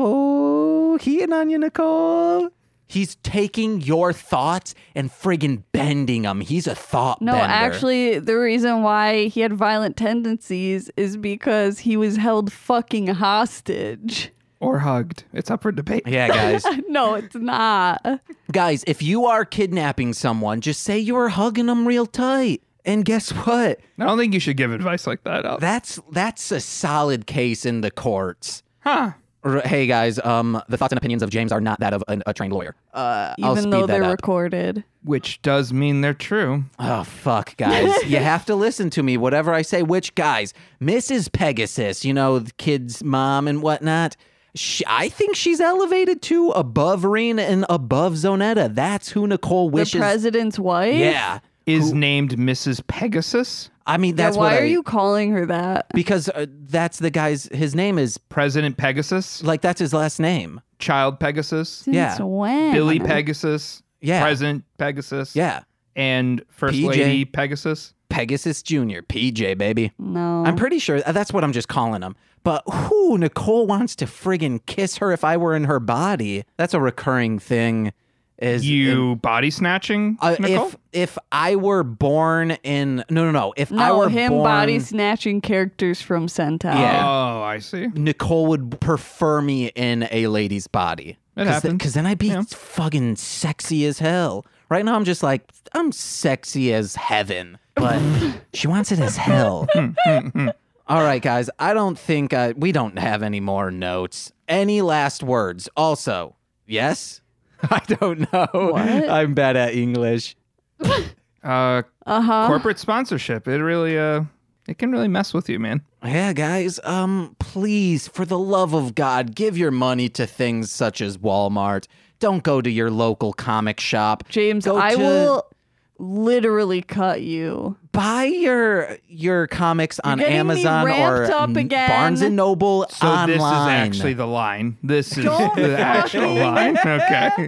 Oh, he and Anya Nicole. He's taking your thoughts and friggin' bending them. He's a thought
No,
bender.
actually, the reason why he had violent tendencies is because he was held fucking hostage. [laughs]
Or hugged. It's up for debate.
Yeah, guys.
no, it's not.
guys, if you are kidnapping someone, just say you were hugging them real tight. And guess what?
I don't think you should give advice like that out.
That's that's a solid case in the courts.
huh.
R- hey guys, um, the thoughts and opinions of James are not that of an, a trained lawyer. Uh, I'll
Even
speed
though
that
they're
up.
recorded.
Which does mean they're true.
Oh fuck,
[laughs]
guys! you have to listen to me, whatever I say. Which guys, Mrs. Pegasus, you know the kid's mom and whatnot. She, I think she's elevated to above Reen and above Zonetta. That's who Nicole
The
wishes.
president's wife?
yeah,
Is named Mrs. Pegasus.
I mean,
Yeah,
that's
why
what
are
I-
you calling her that?
Because uh, that's the guy's. His name is
President Pegasus,
like that's his last name.
Child Pegasus,
Since
Yeah.
when?
Billy Pegasus,
Yeah.
President Pegasus,
Yeah,
and First
PJ.
Lady Pegasus.
Pegasus Junior, PJ baby.
No.
I'm pretty sure uh, that's what I'm just calling him. But who Nicole wants to friggin' kiss her if I were in her body. That's a recurring thing. Is
You body snatching,
Uh,
Nicole?
if if I were born in no no no if I
no,
were
him
born,
body snatching characters from Centaur.
Yeah.
Oh, I see.
Nicole would prefer me in a lady's body.
It
Cause
happens.
Because then I'd be
Yeah.
fucking sexy as hell. Right now I'm just like I'm sexy as heaven, but she wants it as
[laughs]
hell.
Hmm,
All right, guys. I don't think uh, we don't have any more notes. Any last words? Also, yes. [laughs] I don't know. I'm bad at English.
Uh,
Uh
Oh.
huh.
corporate sponsorship. It really, uh, it can really mess with you, man.
Yeah, guys, um, please, for the love of God, give your money to things such as Walmart. Don't go to your local comic shop.
James,
Go
I
to-
will literally cut you.
Buy your your comics on
getting me
Amazon or
ramped up
n-
again.
Barnes and Noble
So
online.
this is actually the line. This is
Don't
the actual
fucking-
line. Okay.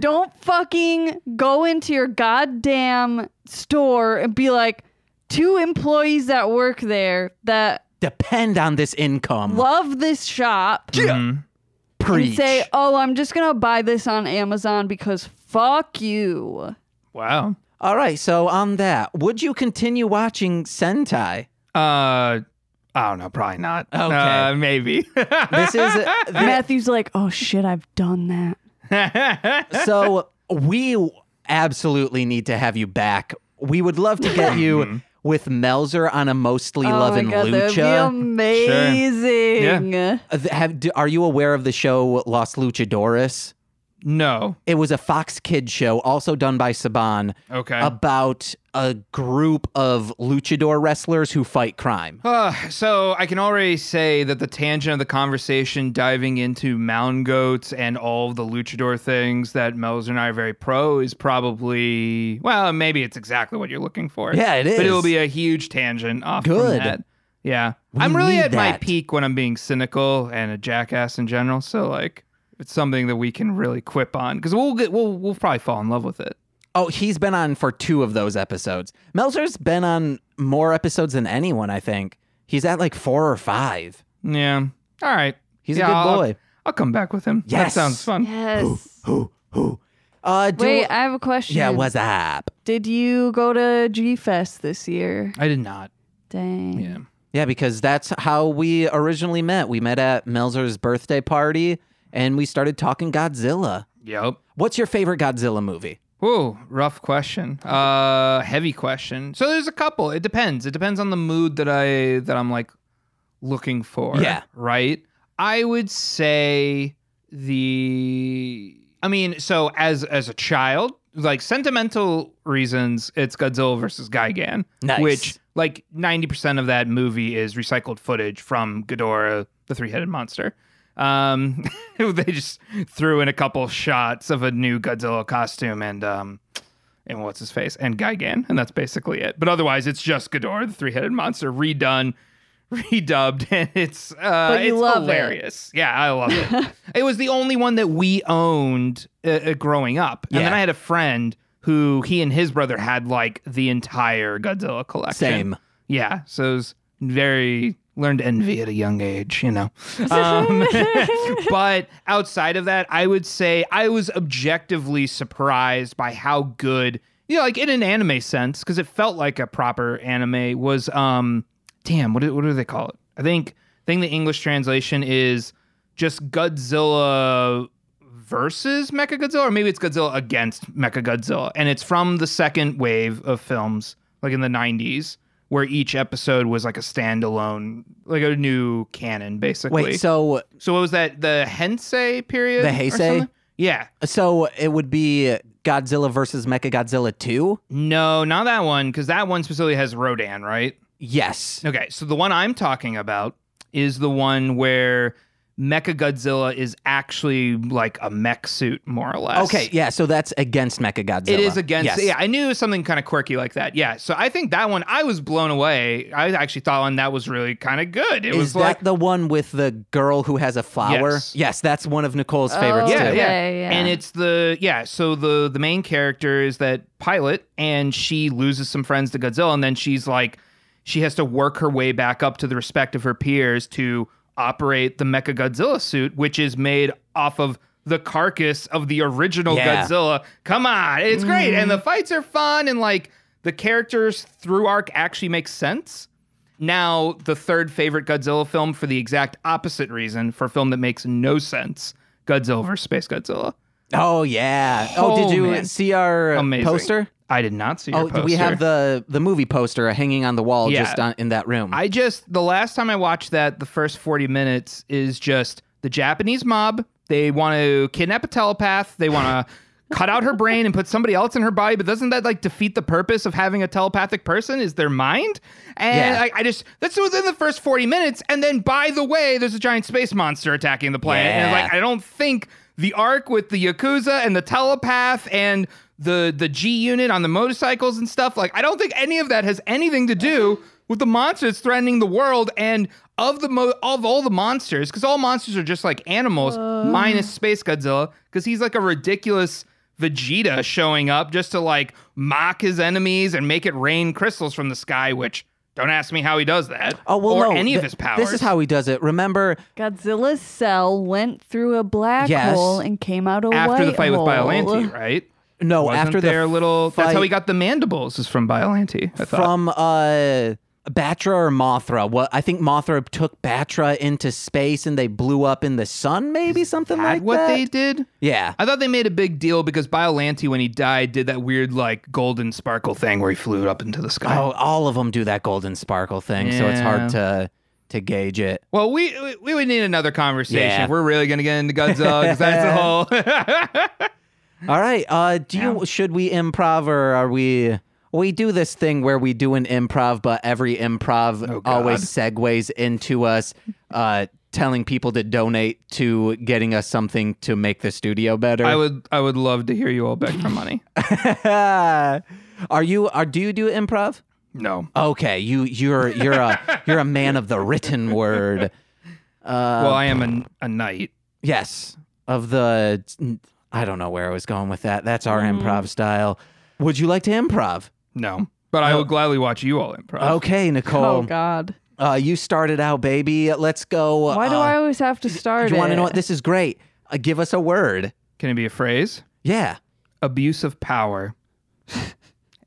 [laughs] Don't fucking go into your goddamn store and be like, two employees that work there that
depend on this income.
love this shop
Mhm.
and
Preach.
say, oh, I'm just going to buy this on Amazon because fuck you.
Wow.
All right, so on that, would you continue watching Sentai?
Uh, I don't know. Probably not.
Okay.
Uh, maybe. [laughs]
This is
Matthew's like, oh shit, I've done that.
so
[laughs]
we absolutely need to have you back. We would love to get
Mm-hmm.
you with Melzer on a mostly love
oh
and
my God, that'd be
lucha.
amazing.
Uh, th- Have, do, are you aware of the show Los Luchadores?
no.
It was a Fox Kids show, also done by Saban,
Okay.
about a group of luchador wrestlers who fight crime.
Uh, so I can already say that the tangent of the conversation diving into mound goats and all of the luchador things that Melzer and I are very pro is probably well, maybe it's exactly what you're looking for.
Yeah, it
But
is.
it'll be a huge tangent off from
Good.
that. Yeah.
We
I'm really
need
at my
that.
peak when I'm being cynical and a jackass in general, so like it's something that we can really quip on because we'll get we'll we'll probably fall in love with it.
Oh, he's been on for two of those episodes. Melzer's been on more episodes than anyone, I think. He's at like four or five.
Yeah. All right.
He's
Yeah,
a good
I'll-
boy.
I'll come back with him. That
Yes.
sounds fun.
Yes.
Who? Who? Uh, do,
Wait, I have a question.
yeah, what's up?
Did you go to G Fest this year?
I did not.
Dang.
Yeah.
Yeah, because that's how we originally met. We met at Melzer's birthday party and we started talking Godzilla.
Yep.
What's your favorite Godzilla movie?
Whoa, rough question. Uh, heavy question. So there's a couple. It depends. It depends on the mood that I that I'm like looking for.
Yeah.
Right. I would say the. I mean, so as as a child, like sentimental reasons, it's Godzilla versus Gigan,
Nice.
which like ninety percent of that movie is recycled footage from Ghidorah, the three headed monster. Um, [laughs] they just threw in a couple shots of a new Godzilla costume and um, and what's his face and Gigan, and that's basically it. But otherwise, it's just Ghidorah, the three headed monster, redone, [laughs] redubbed, and it's uh,
But you
it's
love it.
hilarious. Yeah, I love it. it was the only one that we owned uh, uh, growing up, and then
Yeah.
I had a friend who he and his brother had like the entire Godzilla collection.
Same.
Yeah, so it was very learned envy at a young age, you know. Um, [laughs] but outside of that, I would say I was objectively surprised by how good, you know, like in an anime sense, because it felt like a proper anime was. Um, damn, what do, what do they call it? I think I think the English translation is just Godzilla versus Mechagodzilla, or maybe it's Godzilla against Mechagodzilla, and it's from the second wave of films, like in the '90s, where each episode was like a standalone, like a new canon, basically.
Wait, so
So what was that? The Heisei period?
The
or
Heisei?
something? Yeah.
so it would be Godzilla versus Mechagodzilla 2?
No, not that one, because that one specifically has Rodan, right?
Yes.
Okay, so the one I'm talking about is the one where Mecha Godzilla is actually like a mech suit, more or less.
Okay, yeah, so that's against Mechagodzilla.
It is against.
Yes.
Yeah, I knew it was something kind of quirky like that. Yeah. So I think that one, I was blown away. I actually thought one that was really kind of good. It
Is
was
that
like.
the one with the girl who has a flower?
Yes.
that's one of Nicole's favorites
yeah,
too.
yeah.
Okay, Oh, yeah.
And it's the yeah, so the the main character is that pilot and she loses some friends to Godzilla and then she's like she has to work her way back up to the respect of her peers to operate the Mecha Godzilla suit which is made off of the carcass of the original
Yeah.
Godzilla. Come on, it's great and the fights are fun and like the characters through arc actually makes sense. Now, the third favorite Godzilla film for the exact opposite reason, for a film that makes no sense Godzilla vs. Space Godzilla.
Oh yeah. Oh, did
Oh,
you
man.
see our
Amazing.
poster?
I did not see your
Oh,
poster.
we have the the movie poster hanging on the wall
Yeah.
just on, in that room.
I just, the last time I watched that, the first 40 minutes is just the Japanese mob. They want to kidnap a telepath. They [laughs] want to cut out her brain and put somebody else in her body. But doesn't that like defeat the purpose of having a telepathic person? Is their mind? And
Yeah.
I, I just, that's within the first 40 minutes. And then by the way, there's a giant space monster attacking the planet. And
Yeah.
like, I don't think the arc with the yakuza and the telepath and the the G unit on the motorcycles and stuff. Like, I don't think any of that has anything to do with the monsters threatening the world and of the mo- of all the monsters because all monsters are just like animals
Uh.
minus Space Godzilla because he's like a ridiculous. Vegeta showing up just to like mock his enemies and make it rain crystals from the sky, which don't ask me how he does that.
oh well,
or
no,
any of
th-
his powers.
This is how he does it. Remember?
Godzilla's cell went through a black
Yes.
hole and came out a
after the
white
fight
hole. Oh,
with
[laughs]
Biollante, right?
No,
Wasn't
Oh, after the
their little. That's how
fight-
he got the mandibles. Is from Biollante. I thought.
from uh Batra or Mothra. Well, I think Mothra took Batra into space and they blew up in the sun, maybe something
Had
like
what
that.
they did.
yeah.
I thought they made a big deal because Biollante, when he died, did that weird like golden sparkle thing where he flew up into the sky.
Oh, all of them do that golden sparkle thing, so it's
Yeah.
hard to to gauge it.
Well, we we- we would need another conversation
Yeah.
if we're really gonna get into Godzilla because
[laughs]
that's a whole.
All right. Uh, do you should we improv or are we? We do this thing where we do an improv, but every improv always segues into us uh, telling people to donate to getting us something to make the studio better.
[laughs] I would I would love to hear you all beg for money.
[laughs] are you? Are do you do improv?
No.
Okay, you you're you're a you're a man of the written word.
well, I am a, a knight.
Uh, Yes, of the I don't know where I was going with that. That's our improv style. Would you like to improv?
No, but I will gladly watch you all improv.
Oh. Okay,
Oh
Nicole.
God!
Uh, you started out, baby. Let's go.
Why do
uh,
I always have to start?
You want to
it?
know what? This is great. Uh, give us a word.
Can it be a phrase?
Yeah.
Abuse of
[laughs]
power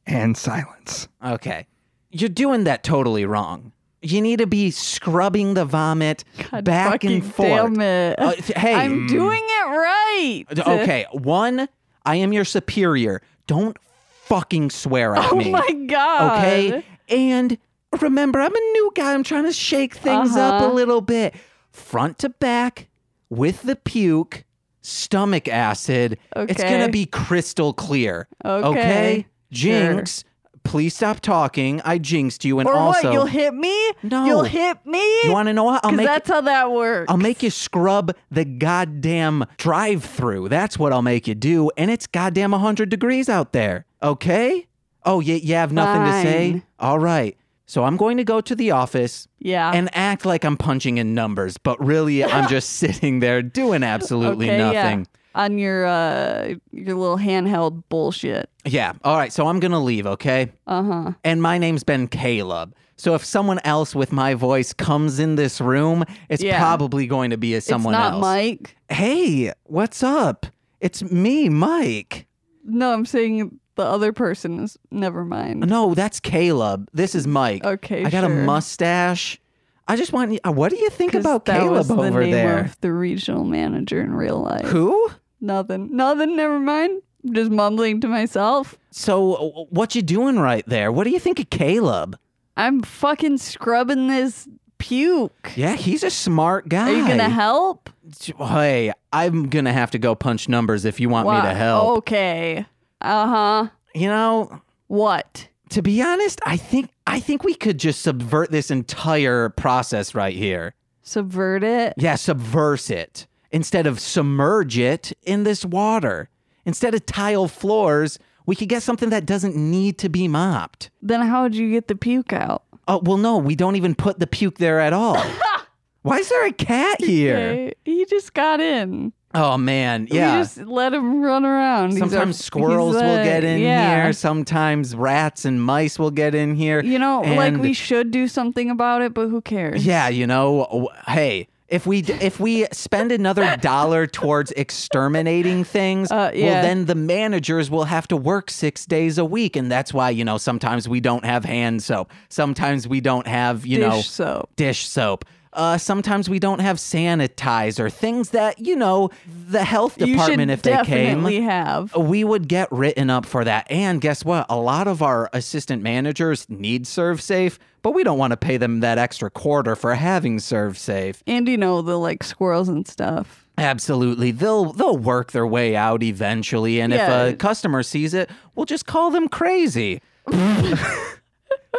and silence.
Okay. You're doing that totally wrong. You need to be scrubbing the vomit
God
back
fucking
and forth.
Damn it!
Uh, th- hey.
I'm doing it right. [laughs]
okay. One, I am your superior. Don't fucking swear at
Oh
me.
my God.
Okay. And remember, I'm a new guy. I'm trying to shake things up a
Uh-huh.
little bit. Front to back with the puke, stomach acid. It's going
Okay.
to be crystal clear.
Okay.
Jinx, please stop talking. I jinxed you. And
Or
also,
what? You'll hit me?
No.
You'll hit me?
want to know what? I'll
Because
make,
that's how that works.
I'll make you scrub the goddamn drive through. That's what I'll make you do. And it's goddamn 100 degrees out there. Okay? Oh, you, you have nothing to say?
Fine.
All right. So I'm going to go to the office
yeah.
and act like I'm punching in numbers, but really I'm
[laughs]
just sitting there doing absolutely
okay,
nothing.
Yeah. On your uh your little handheld bullshit.
Yeah. All right. So I'm going to leave, okay?
Uh huh.
And my name's been Caleb. So if someone else with my voice comes in this room, it's
Yeah.
probably going to be as someone
it's not
else.
Mike.
Hey, what's up? It's me, Mike.
No, I'm saying the other person is. Never mind.
No, that's Caleb. This is Mike.
Okay,
I got a
sure.
mustache. I just want. uh, What do you think
'Cause
about
that
Caleb
was the
over
name
there?
of the regional manager in real life.
Who?
Nothing. Nothing. Never mind. I'm just mumbling to myself.
So, uh, what you doing right there? What do you think of Caleb?
I'm fucking scrubbing this puke.
Yeah, he's a smart guy.
Are you gonna help?
Hey, I'm gonna have to go punch numbers if you want me
Why-
to help.
Okay. Uh huh.
You know,
What?
to be honest, I think I think we could just subvert this entire process right here.
subvert it.
Yeah, subverse it instead of submerge it in this water. Instead of tile floors, we could get something that doesn't need to be mopped.
Then how would you get the puke out?
Oh, well, no, we don't even put the puke there at all.
[laughs]
Why is there a cat here?
Okay, He just got in.
Oh, man.
We
Yeah.
just let him run around. He's
Sometimes
our- he's
squirrels will
the-
get in
yeah.
here. Sometimes rats and mice will get in here.
You know, like
and-
we should do something about it, but who cares?
Yeah, you know, w- hey, if we d- if we spend another dollar towards exterminating things,
Uh,
well
yeah.
then the managers will have to work 6 days a week and that's why, you know, sometimes we don't have hand soap. Sometimes we don't have, you
Dish
know,
soap.
dish soap. Uh, sometimes we don't have sanitizer, things that, you know, the health department,
you should
if they came, Oh.
definitely have.
we would get written up for that. And guess what? A lot of our assistant managers need ServeSafe, but we don't want to pay them that extra quarter for having ServeSafe.
And you know the like squirrels and stuff.
Absolutely. They'll they'll work their way out eventually. And
Yeah.
if a customer sees it, we'll just call them crazy. [laughs]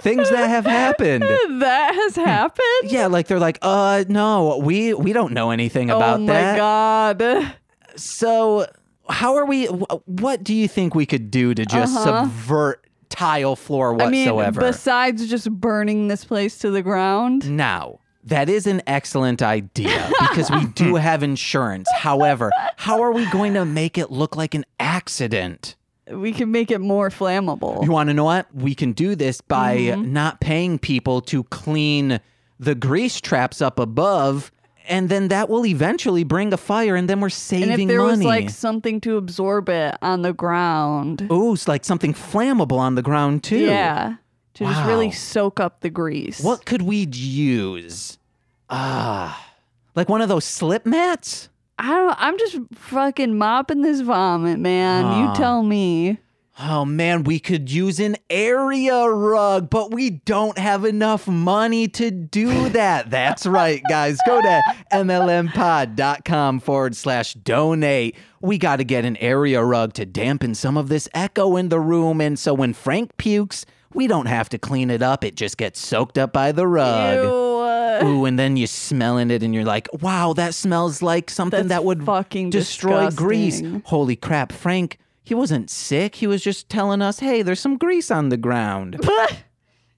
Things that have
[laughs]
happened.
That has happened.
Hmm. Yeah, like they're like, uh no, we we don't know anything about
oh my
that.
god.
So, how are we? wh- What do you think we could do to just subvert tile floor
Uh-huh. I mean,
whatsoever?
besides just burning this place to the ground,
now, that is an excellent
[laughs]
idea because we do have insurance. However, how are we going to make it look like an accident?
we can make it more flammable.
You want to know what? We can do this by
Mm-hmm.
not paying people to clean the grease traps up above. And then that will eventually bring a fire, and then we're saving
and if there
money. Oh,
was like something to absorb it on the ground,
Ooh, it's like something flammable on the ground too.
yeah, to just
Wow.
really soak up the grease.
What could we use? Ah, like one of those slip mats?
I don't. I'm just fucking mopping this vomit, man.
Huh.
You tell me.
Oh man, we could use an area rug, but we don't have enough money to do that. That's right, guys. Go to mlmpod.com forward slash donate. We got to get an area rug to dampen some of this echo in the room. And so when Frank pukes, we don't have to clean it up. It just gets soaked up by the rug.
Ew.
Ooh, and then you're smelling it and you're like, wow, that smells like something
That's
that would
fucking
destroy
disgusting.
grease. Holy crap, Frank, he wasn't sick. He was just telling us, hey, there's some grease on the ground.
[laughs]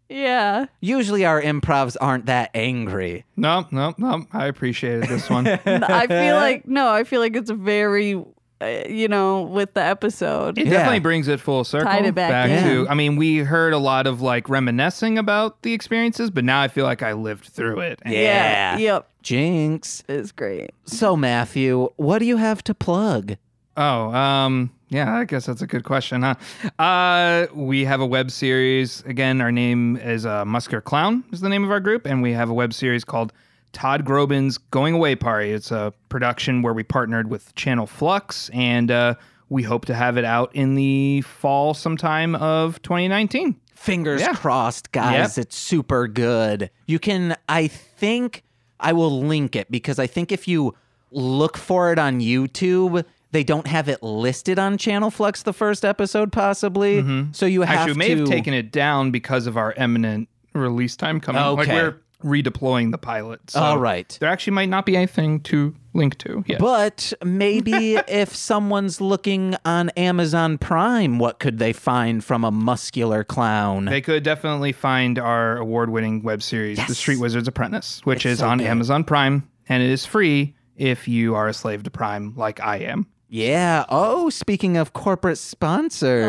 Yeah.
Usually our improvs aren't that angry.
No, no, no. I appreciated this one.
N-
[laughs]
I feel like no. I feel like it's very, uh, you know, with the episode.
It
Yeah.
definitely brings it full circle.
Tied it back in.
to, I mean, we heard a lot of like reminiscing about the experiences, but now I feel like I lived through it. And
Yeah.
Yep.
Jinx.
It's great.
So, Matthew, what do you have to plug?
Oh, um, yeah, I guess that's a good question, huh? Uh, we have a web series. Again, our name is uh, Musker Clown is the name of our group, and we have a web series called Todd Grobin's Going Away Party. It's a production where we partnered with Channel Flux, and uh, we hope to have it out in the fall sometime of 2019.
Fingers
Yeah.
crossed, guys. It's super good. You can, I think, I will link it because I think if you look for it on YouTube, they don't have it listed on Channel Flux the first episode, possibly. So you have
Mm-hmm. Actually, we may
to.
have taken it down because of our imminent release time coming. Like
Okay.
we're redeploying the pilot. So
All right.
There actually might not be anything to link to. Yeah.
But
[laughs]
maybe if someone's looking on Amazon Prime, what could they find from a muscular clown?
They could definitely find our award winning web series, The Street Wizard's Apprentice, which is on Amazon Prime, and it is free if you are a slave to Prime like I am.
yeah. Oh, speaking of corporate sponsors.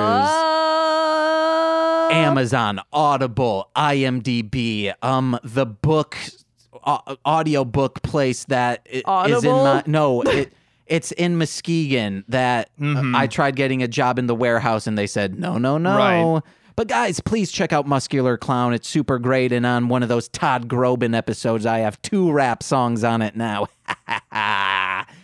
Oh.
Amazon, Audible, IMDb, um, the book, uh, audiobook place that i- is in
Audible?
my [laughs] no, it, it's in Muskegon that uh,
Mm-hmm.
I tried getting a job in the warehouse and they said no, no, no.
Right.
But guys, please check out Muscular Clown. It's super great. And on one of those Todd Grobin episodes, I have two rap songs on it now.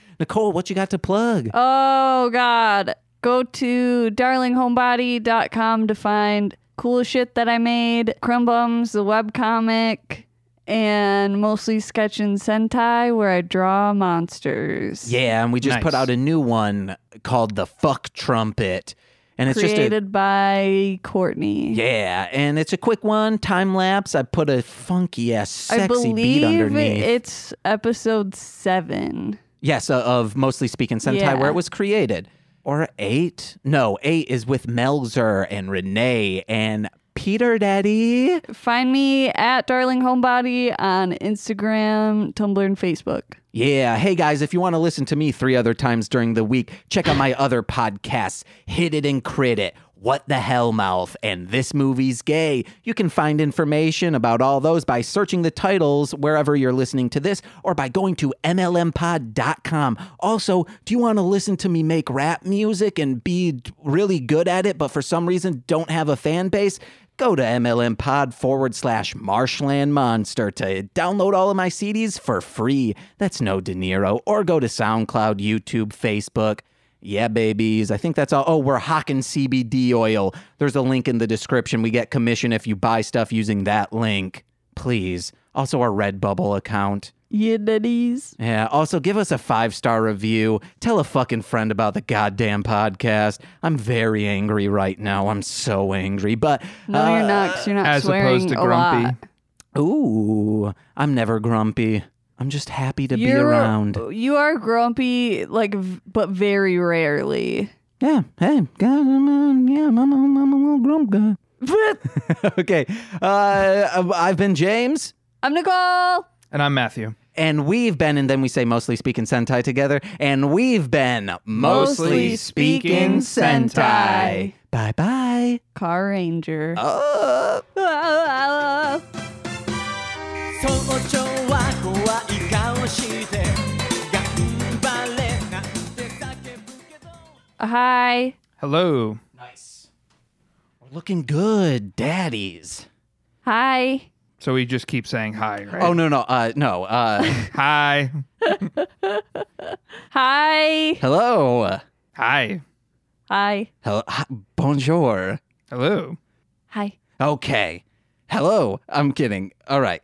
[laughs] Nicole, what you got to plug?
Oh God. Go to darlinghomebody.com to find cool shit that I made, Crumb Bums, the webcomic, and mostly sketch and Sentai where I draw monsters.
Yeah, and we just put
Nice.
out a new one called The Fuck Trumpet. And it's just a
created by Courtney.
Yeah, and it's a quick one, time lapse. I put a funky ass
I
sexy beat
believe
underneath.
it's episode seven.
yes, uh, of mostly speaking Sentai
Yeah.
where it was created. Or 8? No, 8 is with Melzer and Renee and Peter Daddy.
Find me at Darling Homebody on Instagram, Tumblr, and Facebook.
Yeah. Hey, guys, if you want to listen to me three other times during the week, check out my other podcasts, Hit It and Crit It, What the Hell Mouth, and This Movie's Gay. You can find information about all those by searching the titles wherever you're listening to this or by going to MLMpod.com. Also, do you want to listen to me make rap music and be d- really good at it, but for some reason don't have a fan base? Go to MLM Pod forward slash Marshland Monster to download all of my CDs for free. That's no De Niro. Or go to SoundCloud, YouTube, Facebook. Yeah, babies. I think that's all. Oh, we're hawking CBD oil. There's a link in the description. We get commission if you buy stuff using that link. Please. Also, our Redbubble account.
Yeah, daddies.
Yeah. Also, give us a five star review. Tell a fucking friend about the goddamn podcast. I'm very angry right now. I'm so angry. But
No,
uh,
you're not. 'cause You're not
as
swearing
opposed to
a
grumpy.
lot.
Ooh, I'm never grumpy. I'm just happy to be
You're-
around.
You are grumpy, like, v- but very rarely. [laughs]
Yeah. Hey, guys, I'm, uh, yeah, I'm, I'm, I'm a little grump guy. okay. Uh, I've been James.
I'm Nicole.
And I'm Matthew.
And we've been, and then we say mostly speaking Sentai together. And we've been
Mostly Speaking Sentai.
Bye bye.
Car Ranger. [laughs]
Uh.
早朝は怖い顔して頑張れなんて叫ぶけど
Hi.
Hello.
Nice. We're looking good, daddies.
Hi.
So we just keep saying hi, right?
Oh no no uh no uh
Hi.
Hi.
hello
Hi.
Hi.
hello hi, bonjour
Hello.
Hi.
okay hello I'm kidding all right